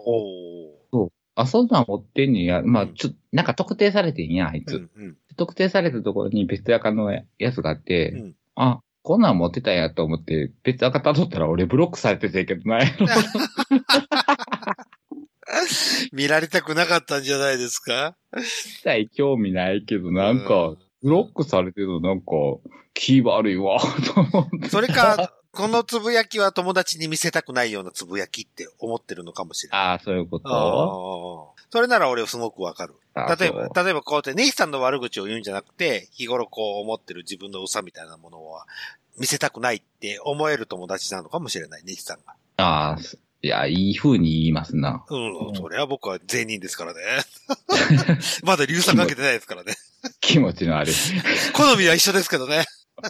[SPEAKER 1] おー
[SPEAKER 2] あ、そんなん持ってんねや、
[SPEAKER 1] う
[SPEAKER 2] まあ、
[SPEAKER 1] ん
[SPEAKER 2] ちょ、なんか特定されてんや、あいうつ。
[SPEAKER 1] んうん。
[SPEAKER 2] 特定されたところに別赤のやつがあって、
[SPEAKER 1] うん
[SPEAKER 2] あ、こんなん持ってたんやと思って、別赤辿ったら俺ブロックされててんけど ない。
[SPEAKER 1] 見られたくなかったんじゃないですか
[SPEAKER 2] 一切興味ないけど、なんか、ブロックされてるのなんか、気悪いわ、と思って。
[SPEAKER 1] それか、このつぶやきは友達に見せたくないようなつぶやきって思ってるのかもしれない。
[SPEAKER 2] ああ、そういうこ
[SPEAKER 1] あ
[SPEAKER 2] と
[SPEAKER 1] ーそれなら俺すごくわかる。
[SPEAKER 2] あ
[SPEAKER 1] 例え
[SPEAKER 2] そう
[SPEAKER 1] ば、例えばこうやってネイさんの悪口を言うんじゃなくて、日頃こう思ってる自分の嘘みたいなものは見せたくないって思える友達なのかもしれない、ネイさんが。
[SPEAKER 2] ああ、すいや、いい風に言いますな。
[SPEAKER 1] う、
[SPEAKER 3] うんん
[SPEAKER 1] それは僕は善人ですからね。まだ硫酸かけてないですからね。
[SPEAKER 2] 気持ちの ある。
[SPEAKER 1] 好みは一緒ですけどね。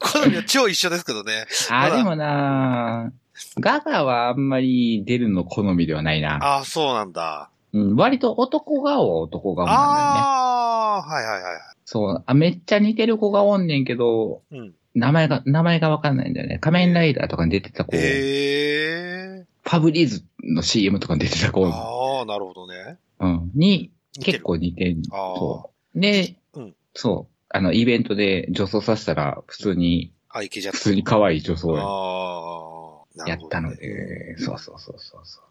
[SPEAKER 1] 好みは超一緒ですけどね。ま
[SPEAKER 2] あ
[SPEAKER 1] だ
[SPEAKER 2] ー、でもなーガガはあんまり出るの好みではないな。
[SPEAKER 1] ああ、そうなんだ。
[SPEAKER 2] うん、割と男顔は男顔なんだよね。
[SPEAKER 1] ああ、はいはいはい。
[SPEAKER 2] そうあ。めっちゃ似てる子がおんねんけど、
[SPEAKER 1] うん。
[SPEAKER 2] 名前が、名前がわかんないんだよね。仮面ライダーとかに出てた子、
[SPEAKER 1] ええ
[SPEAKER 2] ファブリーズの CM とかに出てた子、
[SPEAKER 1] ああ、なるほどね。
[SPEAKER 2] うん、に
[SPEAKER 1] 似てる
[SPEAKER 2] 結構似てる。
[SPEAKER 1] ああ。
[SPEAKER 2] そう。で、
[SPEAKER 1] うん
[SPEAKER 2] そう。あの、イベントで女装させたら普通に
[SPEAKER 1] あ、いけちゃった。
[SPEAKER 2] 普通に可愛い女装や
[SPEAKER 1] ああ、な
[SPEAKER 2] や
[SPEAKER 1] る
[SPEAKER 2] っ
[SPEAKER 1] ほど
[SPEAKER 2] たの
[SPEAKER 1] ね
[SPEAKER 2] で、そうそうそうそうそう。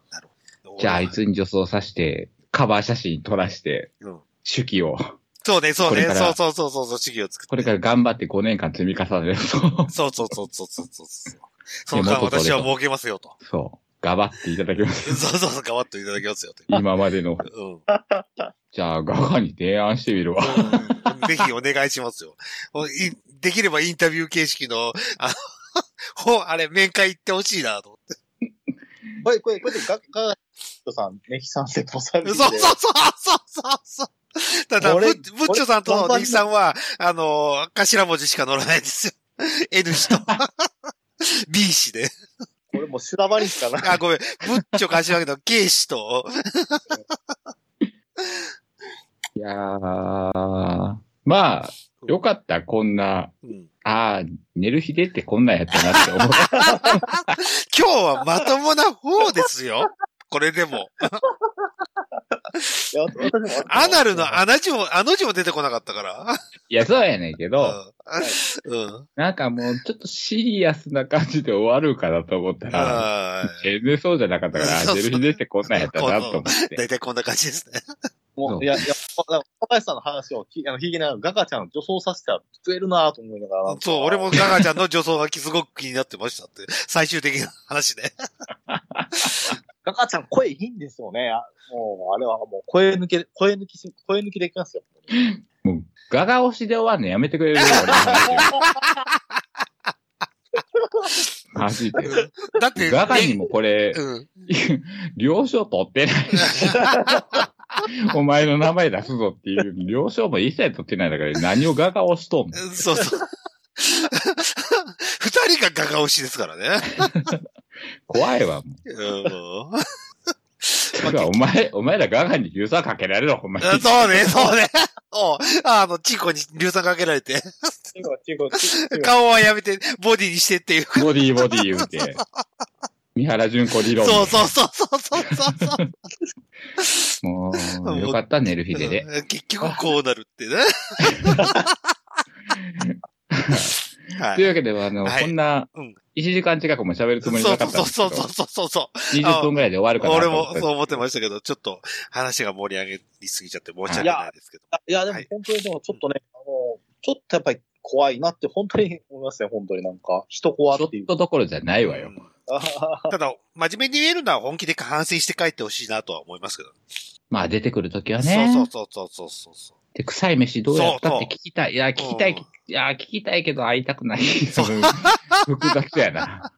[SPEAKER 1] お
[SPEAKER 2] じゃああいつに女装させて、カバー写真撮らして、
[SPEAKER 1] うん
[SPEAKER 2] 手記を、
[SPEAKER 1] そうね、そう
[SPEAKER 2] こ
[SPEAKER 1] ね、
[SPEAKER 2] れから
[SPEAKER 1] そうそうそうそうそう、主義を作って。
[SPEAKER 2] これから頑張って5年間積み重ねると、
[SPEAKER 1] そうそうそうそうそうそうそう。その間
[SPEAKER 2] 元取れ
[SPEAKER 1] 私
[SPEAKER 2] と
[SPEAKER 1] は儲けますよと。
[SPEAKER 2] そう、ガバっていただきます。
[SPEAKER 1] そうそうそう、ガバッといただきますよと。
[SPEAKER 2] 今までの。
[SPEAKER 1] うん。うん
[SPEAKER 2] じゃあ、ガバに提案してみるわ。
[SPEAKER 1] ぜひお願いしますよ。おいできればインタビュー形式の、あの、ほあれ、面会行ってほしいなと思って。
[SPEAKER 3] これ、これ、これでガ、ガガットさん、ネヒさんでポサビで。
[SPEAKER 1] そうそうそうそうそうそう。ただ、ブ
[SPEAKER 3] これ
[SPEAKER 1] ッブッチョさんと
[SPEAKER 3] これ
[SPEAKER 1] ネギさんは、あの、頭文字しか載らないんですよ。N 氏と B 氏で。
[SPEAKER 3] これもう修羅場にしかない。
[SPEAKER 1] あ、ごめん。ブッチョ頭だけど、K 氏と、
[SPEAKER 2] いやー、まあ、よかった、こんな、
[SPEAKER 1] うん
[SPEAKER 2] あー、寝る日でってこんなんやったなっ て思った。
[SPEAKER 1] 今日はまともな方ですよ。これでも。
[SPEAKER 3] いや私も
[SPEAKER 1] アナルの、あの字も、あの字も出てこなかったから。
[SPEAKER 2] いや、そうやねんけど、
[SPEAKER 1] うん。うん。
[SPEAKER 2] なんかもうちょっとシリアスな感じで終わるかなと思ったら、
[SPEAKER 1] は
[SPEAKER 2] 全然そうじゃなかったから、あ
[SPEAKER 1] そうそう
[SPEAKER 2] 出る日でってこんなんやったなと思っ
[SPEAKER 1] い。
[SPEAKER 2] て。
[SPEAKER 1] 大体こんな感じですね。
[SPEAKER 3] もう、いや、いや、なんか若林さんの話をき、あの、ひげながら、ガガちゃんを女装させたら、増えるなぁと思いながら。
[SPEAKER 1] そう、俺も。ガガちゃんの女装がすごく気になってましたって。最終的な話ね。
[SPEAKER 3] ガガちゃん声いいんですよね。あもう、あれはもう、声抜け、声抜きし、声抜きできますよ。
[SPEAKER 2] ガガ押しで終わんのやめてくれる俺マジで。
[SPEAKER 1] だって、
[SPEAKER 2] ガガにもこれ
[SPEAKER 1] え。、うん。
[SPEAKER 2] 了承取ってない。お前の名前出すぞっていう、了承も一切取ってないんだから、何をガガ押しとんの
[SPEAKER 1] そうそう。 二人がガガ推しですからね。
[SPEAKER 2] 怖いわ、もう。
[SPEAKER 1] うん。
[SPEAKER 2] だからお前、お前らガガに硫酸かけられろ、ほんまに。
[SPEAKER 1] そうね、そうね。おうあの、チンコに硫酸かけられて。
[SPEAKER 3] 違う、違う、違う。
[SPEAKER 1] 顔はやめて、ボディにしてっていう。
[SPEAKER 2] ボディーボディー言うて。三原純子理論。
[SPEAKER 1] そうそうそうそうそうそうそう。
[SPEAKER 2] もう、よかった、寝る日でで。
[SPEAKER 1] うん結局こうなる ってね。は
[SPEAKER 2] という
[SPEAKER 1] い。
[SPEAKER 2] わけで、あの、
[SPEAKER 1] はい
[SPEAKER 2] こんな
[SPEAKER 1] うん、
[SPEAKER 2] 1時間近くも喋るつ
[SPEAKER 1] そ
[SPEAKER 2] も
[SPEAKER 1] う
[SPEAKER 2] りな
[SPEAKER 1] そ
[SPEAKER 2] か
[SPEAKER 1] う
[SPEAKER 2] ったんですけ
[SPEAKER 1] そ
[SPEAKER 2] ど。
[SPEAKER 1] うそうそうそう。
[SPEAKER 2] 20分ぐらいで終わるかな
[SPEAKER 1] 俺
[SPEAKER 2] と思っ
[SPEAKER 1] も
[SPEAKER 2] て
[SPEAKER 1] そう思ってましたけど、ちょっと話が盛り上げすぎちゃって申し訳ないですけど。
[SPEAKER 3] いや、でも
[SPEAKER 1] はい
[SPEAKER 3] 本当にでもちょっとね、あの、ちょっとやっぱり怖いなって本当に思いますね、本当になんか。人怖って
[SPEAKER 2] ち
[SPEAKER 3] い
[SPEAKER 2] ょっ
[SPEAKER 3] う。
[SPEAKER 2] とどころじゃないわよ。
[SPEAKER 1] うん
[SPEAKER 3] あはは
[SPEAKER 1] ただ、真面目に言えるのは本気で反省して帰ってほしいなとは思いますけど。
[SPEAKER 2] まあ、出てくるときはね。
[SPEAKER 1] そうそうそうそうそうそう。
[SPEAKER 2] で、臭い飯どうやった
[SPEAKER 1] そう
[SPEAKER 2] って
[SPEAKER 1] そう
[SPEAKER 2] 聞きたい。いや、聞きたい。
[SPEAKER 1] うん
[SPEAKER 2] いや、聞きたいけど会いたくない。その 複雑やな。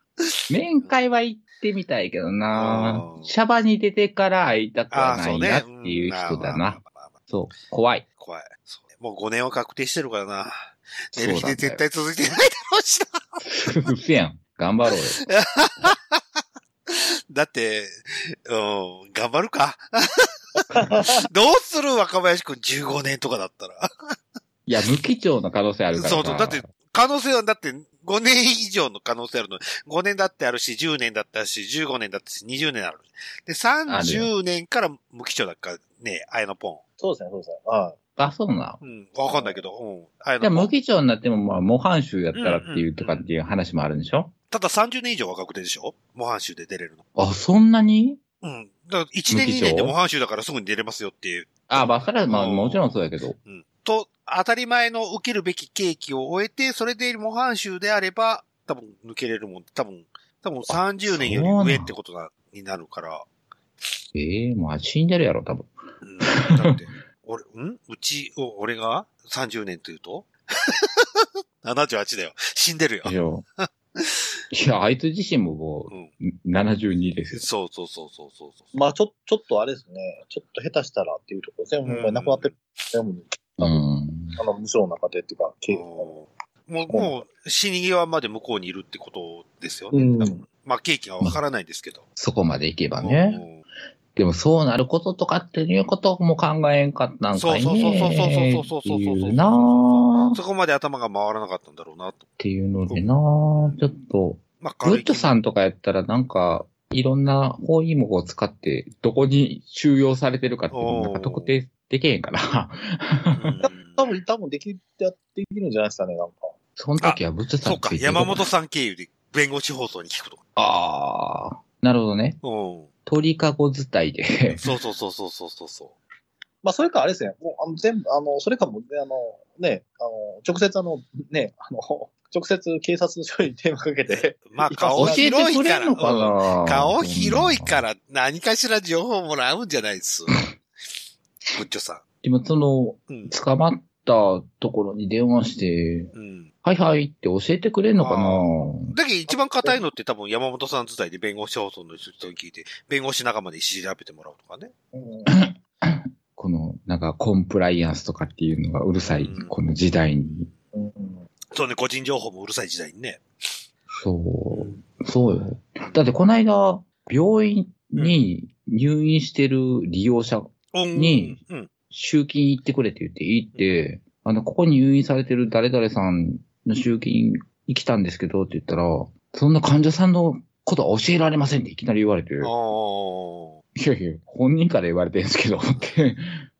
[SPEAKER 2] 面会は行ってみたいけどな
[SPEAKER 1] う。ん
[SPEAKER 2] シャバに出てから会いたく
[SPEAKER 1] あ
[SPEAKER 2] は
[SPEAKER 1] あ、
[SPEAKER 2] な
[SPEAKER 1] そう
[SPEAKER 2] い
[SPEAKER 1] ね
[SPEAKER 2] な。っていう人だ
[SPEAKER 1] んまあまあ
[SPEAKER 2] な。
[SPEAKER 1] まあまあまあ
[SPEAKER 2] そう。怖い。
[SPEAKER 1] 怖い。そうねもう5年は確定してるからな。
[SPEAKER 2] そう
[SPEAKER 1] 寝
[SPEAKER 2] な
[SPEAKER 1] る
[SPEAKER 2] ん
[SPEAKER 1] 日
[SPEAKER 2] だ
[SPEAKER 1] で
[SPEAKER 2] よ
[SPEAKER 1] 絶対続いてないだろうしな。
[SPEAKER 2] うっせやん。頑張ろうよ。
[SPEAKER 1] だって、うん、頑張るか。どうする若林くん15年とかだったら。
[SPEAKER 2] いや、無期長の可能性あるからさ。
[SPEAKER 1] そうそうだって可能性は、だって5年以上の可能性あるの。5年だってあるし、10年だってあるし、15年だってし、20年ある。で、30年から無期長だからね、あやのポ
[SPEAKER 3] そうですね、そうですね。うん。
[SPEAKER 2] あ、そうなの。
[SPEAKER 1] ン。うん、わかんないけど、うん、あや
[SPEAKER 2] じゃあ、
[SPEAKER 1] の
[SPEAKER 2] 無
[SPEAKER 1] ポン。
[SPEAKER 2] 期長になっても、まあ、模範囚やったらっていうとかっていう話もあるんでしょ
[SPEAKER 1] ただ30年以上は確定でしょ模範集で出れるの。
[SPEAKER 2] あ、そんなに
[SPEAKER 1] うん。だから1年
[SPEAKER 2] 無期
[SPEAKER 1] 2
[SPEAKER 2] 長
[SPEAKER 1] 年で模範集だからすぐに出れますよっていう。
[SPEAKER 2] あ、まあ、それはまあ、
[SPEAKER 1] うん
[SPEAKER 2] もちろんそうやけど。
[SPEAKER 1] うんと、当たり前の受けるべき刑期を終えて、それで模範囚であれば、多分抜けれるもん。多分、多分30年より上ってことな、になるから。
[SPEAKER 2] ええまあ、死んでるやろ、多分。
[SPEAKER 1] うん、だって、俺、んうち、お俺が30年というと ?78 だよ。死んでるよ。
[SPEAKER 2] いや、いやあいつ自身もも
[SPEAKER 1] うん。
[SPEAKER 2] う、72ですよ。
[SPEAKER 1] そうそうそうそうそうそう。
[SPEAKER 3] まあ、ちょ、ちょっとあれですね。ちょっと下手したらっていうところ、全部もうこれなくなってる。全部、
[SPEAKER 2] うん。
[SPEAKER 3] あの、無償の中でっていうか、経営
[SPEAKER 1] もう、もう、死に際まで向こうにいるってことですよね。
[SPEAKER 3] うん
[SPEAKER 1] 多分まあ、刑期がわからないですけど。
[SPEAKER 2] そこまで行けば
[SPEAKER 1] う
[SPEAKER 2] ね。
[SPEAKER 1] ん
[SPEAKER 2] でも、そうなることとかっていうことも考えんかったんかい
[SPEAKER 1] そう
[SPEAKER 2] ね。
[SPEAKER 1] そうそうそうそうそうそうそう
[SPEAKER 2] っていうなあっ
[SPEAKER 1] そこまで頭が回らなかったんだろうなと。
[SPEAKER 2] ていうのでなあちょっと、
[SPEAKER 1] まあ、
[SPEAKER 2] グッドさ
[SPEAKER 1] ん。
[SPEAKER 2] んとかやったらなんか、いろんな包囲網を使って、どこに収容されてるかっていうのなんか特定できへんから。
[SPEAKER 1] うん
[SPEAKER 3] 多分、多分でき、やっていけるんじゃないですかね、なんか。
[SPEAKER 2] その時は仏さん
[SPEAKER 1] そうか、山本さん経由で弁護士放送に聞くとか。
[SPEAKER 2] ああ。なるほどね。
[SPEAKER 1] うん。
[SPEAKER 2] 鳥かご伝いで。
[SPEAKER 1] そうそうそうそうそうそうそう。
[SPEAKER 3] まあ、それかあれですね、もう、あの、全部、あの、それかも、ね、あの、ね、あの、直接あの、ね、あの、直接警察署に電話かけて、
[SPEAKER 1] まあ、
[SPEAKER 2] 教
[SPEAKER 1] 顔
[SPEAKER 2] えて
[SPEAKER 1] 広いか
[SPEAKER 2] くれ
[SPEAKER 1] ら、
[SPEAKER 2] るのか
[SPEAKER 1] うん
[SPEAKER 2] な、
[SPEAKER 1] 顔広いから何かしら情報もらうんじゃないです。 ブッチョさ
[SPEAKER 2] でも、その、
[SPEAKER 1] ん。うん。
[SPEAKER 2] 捕まったところに電話して、
[SPEAKER 1] うん。
[SPEAKER 2] はいはいって教えてくれんのかな
[SPEAKER 1] あだけど一番硬いのって多分山本さん伝いで弁護士放送の人に聞いて、弁護士仲間で調べてもらうとかね。
[SPEAKER 3] うん、
[SPEAKER 2] この、なんか、コンプライアンスとかっていうのがうるさい、
[SPEAKER 1] うん
[SPEAKER 2] この時代に。
[SPEAKER 3] うん、
[SPEAKER 1] そうね、個人情報もうるさい時代にね。
[SPEAKER 2] そう。そうよ。だってこの間、病院に入院してる利用者、
[SPEAKER 1] うん
[SPEAKER 2] に、
[SPEAKER 1] うん。
[SPEAKER 2] 集金行ってくれって言って、いいって、あの、ここに入院されてる誰々さんの集金行きたんですけどって言ったら、そんな患者さんのことは教えられませんっていきなり言われて、
[SPEAKER 1] ああ。
[SPEAKER 2] いやいや、本人から言われてるんですけど、って、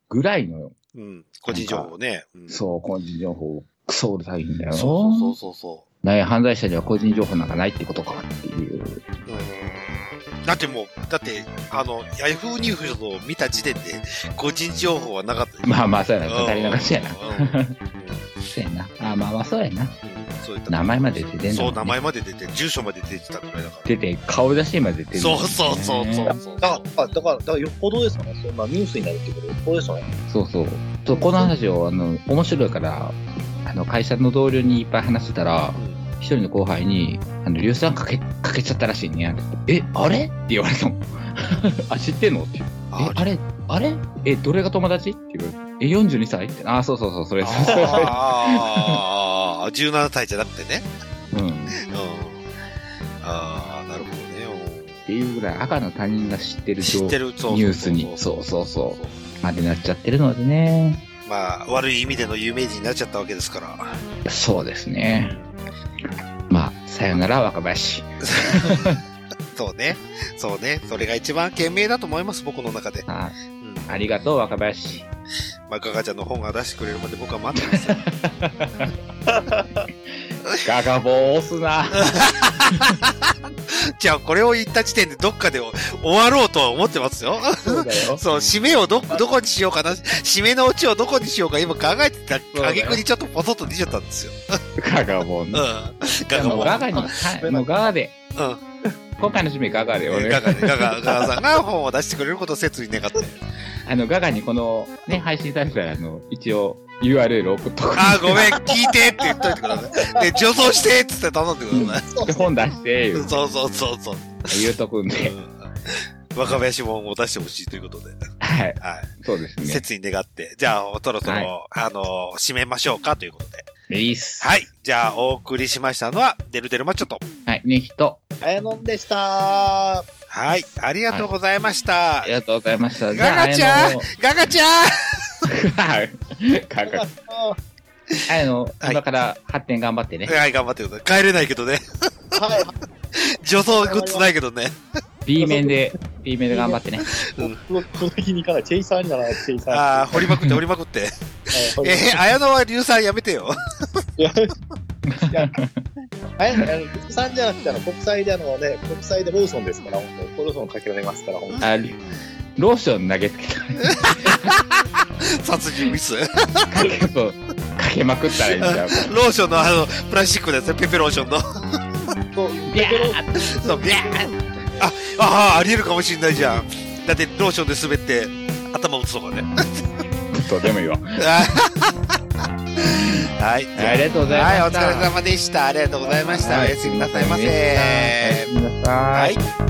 [SPEAKER 2] ぐらいの、
[SPEAKER 1] うん。個人情報ね。うん
[SPEAKER 2] そう、個人情報、クソうるさいんだよ。
[SPEAKER 1] そうそうそうそ
[SPEAKER 2] ない犯罪者には個人情報なんかないってことかっていう。
[SPEAKER 1] う。うん。だってもう、だって、あの、ヤフーニュースを見た時点で、個人情報はなかった。
[SPEAKER 2] まあまあ、そう
[SPEAKER 1] う
[SPEAKER 2] や
[SPEAKER 1] ん、
[SPEAKER 2] な、語り流しやな。
[SPEAKER 1] うん。うん
[SPEAKER 2] そうやな。あまあまあ、そうやな。
[SPEAKER 1] そういった
[SPEAKER 2] 名前まで出てんだもんね
[SPEAKER 1] そう、名前まで出て、住所まで出てたくらいだから。
[SPEAKER 2] 出て、顔出しまで出てる、
[SPEAKER 1] そうそうそうそう。そう。
[SPEAKER 3] だから、だから、だからよっぽどですよね。そんなニュースになるってことよっぽどですよね。
[SPEAKER 2] そうそう。そうこの話を、あの、面白いから、あの、会社の同僚にいっぱい話してたら、一人の後輩に、あの、硫酸かけ、かけちゃったらしいね。え、あれって言わ れたもん。あ、知ってんのって。え、
[SPEAKER 1] あ
[SPEAKER 2] あれあれえ、どれが友達って言われて。え、42歳って。あ、そうそうそ う、それ。それ
[SPEAKER 1] ああ、17歳じゃなくてね。
[SPEAKER 2] うん。
[SPEAKER 1] う
[SPEAKER 2] っ
[SPEAKER 1] ん。ああ、なるほどね。
[SPEAKER 2] ていうぐらい、赤の他人が知って
[SPEAKER 1] う
[SPEAKER 2] る
[SPEAKER 1] ん知ってる、そうそうそう
[SPEAKER 2] ニュースに。そうそうそう。までなっちゃってるのでね。
[SPEAKER 1] まあ、悪い意味での有名人になっちゃったわけですから。
[SPEAKER 2] そうですね。まあ、さよなら、若林。
[SPEAKER 1] そうね。そうね。それが一番賢明だと思います、僕の中で。
[SPEAKER 2] あ
[SPEAKER 1] うん。
[SPEAKER 2] ありがとう、若林。
[SPEAKER 1] まあ、ガガちゃんの本が出してくれるまで僕は待って ますよ。
[SPEAKER 2] ガガボー押すな。
[SPEAKER 1] じゃあ、これを言った時点でどっかで終わろうとは思ってますよ。
[SPEAKER 2] そうだよ。
[SPEAKER 1] そう、締めをど、どこにしようかな、締めのオチをどこにしようか今考えてた、挙句にちょっとポソッと出ちゃったんですよ。
[SPEAKER 2] ガガボー
[SPEAKER 1] うん。
[SPEAKER 2] ね。
[SPEAKER 1] ガ
[SPEAKER 2] ガ
[SPEAKER 1] ガ
[SPEAKER 2] ガ
[SPEAKER 1] も。
[SPEAKER 2] ガガに、はい、もうガガで。
[SPEAKER 1] うん。
[SPEAKER 2] 今回の締めガガで、
[SPEAKER 1] えー
[SPEAKER 2] 俺
[SPEAKER 1] ガガね、ガガ、ガガさんが本を出してくれることを切に願って。
[SPEAKER 2] あの、ガガにこの、ね、配信されたら、あの、一応、URL 送っとく。
[SPEAKER 1] あー、ごめん、聞いてって言っといてください。で、助走してってって頼んでくださ
[SPEAKER 2] で、本出して、
[SPEAKER 1] い。そうそうそうそう。
[SPEAKER 2] 言うとくん
[SPEAKER 1] う
[SPEAKER 2] で。
[SPEAKER 1] ん若林もを出してほしいということで。
[SPEAKER 2] はい。
[SPEAKER 1] は
[SPEAKER 2] そうです
[SPEAKER 1] い。
[SPEAKER 2] ね。
[SPEAKER 1] 切に願って。じゃあ、そろそろ、
[SPEAKER 2] はい
[SPEAKER 1] あの締めましょうかということで。
[SPEAKER 2] リリース。
[SPEAKER 1] はい。じゃあ、お送りしましたのは、デルデルマッチョと。
[SPEAKER 2] はい。ね、人。
[SPEAKER 3] あやのんでした
[SPEAKER 1] はい。ありがとうございました。
[SPEAKER 2] ありがとうございました。
[SPEAKER 1] ガガちゃんガガちゃん
[SPEAKER 2] はい。ガ
[SPEAKER 3] よか
[SPEAKER 2] ガ
[SPEAKER 3] っ。た
[SPEAKER 2] あの、
[SPEAKER 1] はい
[SPEAKER 2] 今から発展頑張ってね。
[SPEAKER 1] はい、頑張ってください。帰れないけど ね。
[SPEAKER 3] はい。
[SPEAKER 1] 女装グッズないけどね。
[SPEAKER 2] B 面で、B 面で頑張ってね。
[SPEAKER 3] この日に行かない。チェイサーにならない。チェイサー。
[SPEAKER 1] ああ、掘りまくって、掘りまくって。えー、綾野は硫酸やめてよ。
[SPEAKER 3] いや、いや、あれ、あの、国産じゃなくて、あの、国際で、あのね、国際でローソンですから、本当にローソンかけられますから、本当に。
[SPEAKER 2] あローション投げつけた。
[SPEAKER 1] 殺人ミス。
[SPEAKER 2] かけそうかけまくったらいいん だよ。
[SPEAKER 1] ローションのあの、プラスチックのやつね、ペペローションの。
[SPEAKER 3] そう、
[SPEAKER 2] ビャー
[SPEAKER 1] そう、ビャーあ、ああ、ありえるかもしんないじゃん。だって、ローションで滑って、頭打つとかね。
[SPEAKER 2] どうでもいいわ。
[SPEAKER 1] はい。
[SPEAKER 2] ありがとうございま
[SPEAKER 1] はい、お
[SPEAKER 2] した。
[SPEAKER 1] 疲れ様でした。ありがとうございました。おやすみなさいま
[SPEAKER 2] は
[SPEAKER 1] せ。
[SPEAKER 2] いおやすみなさい。
[SPEAKER 1] はい。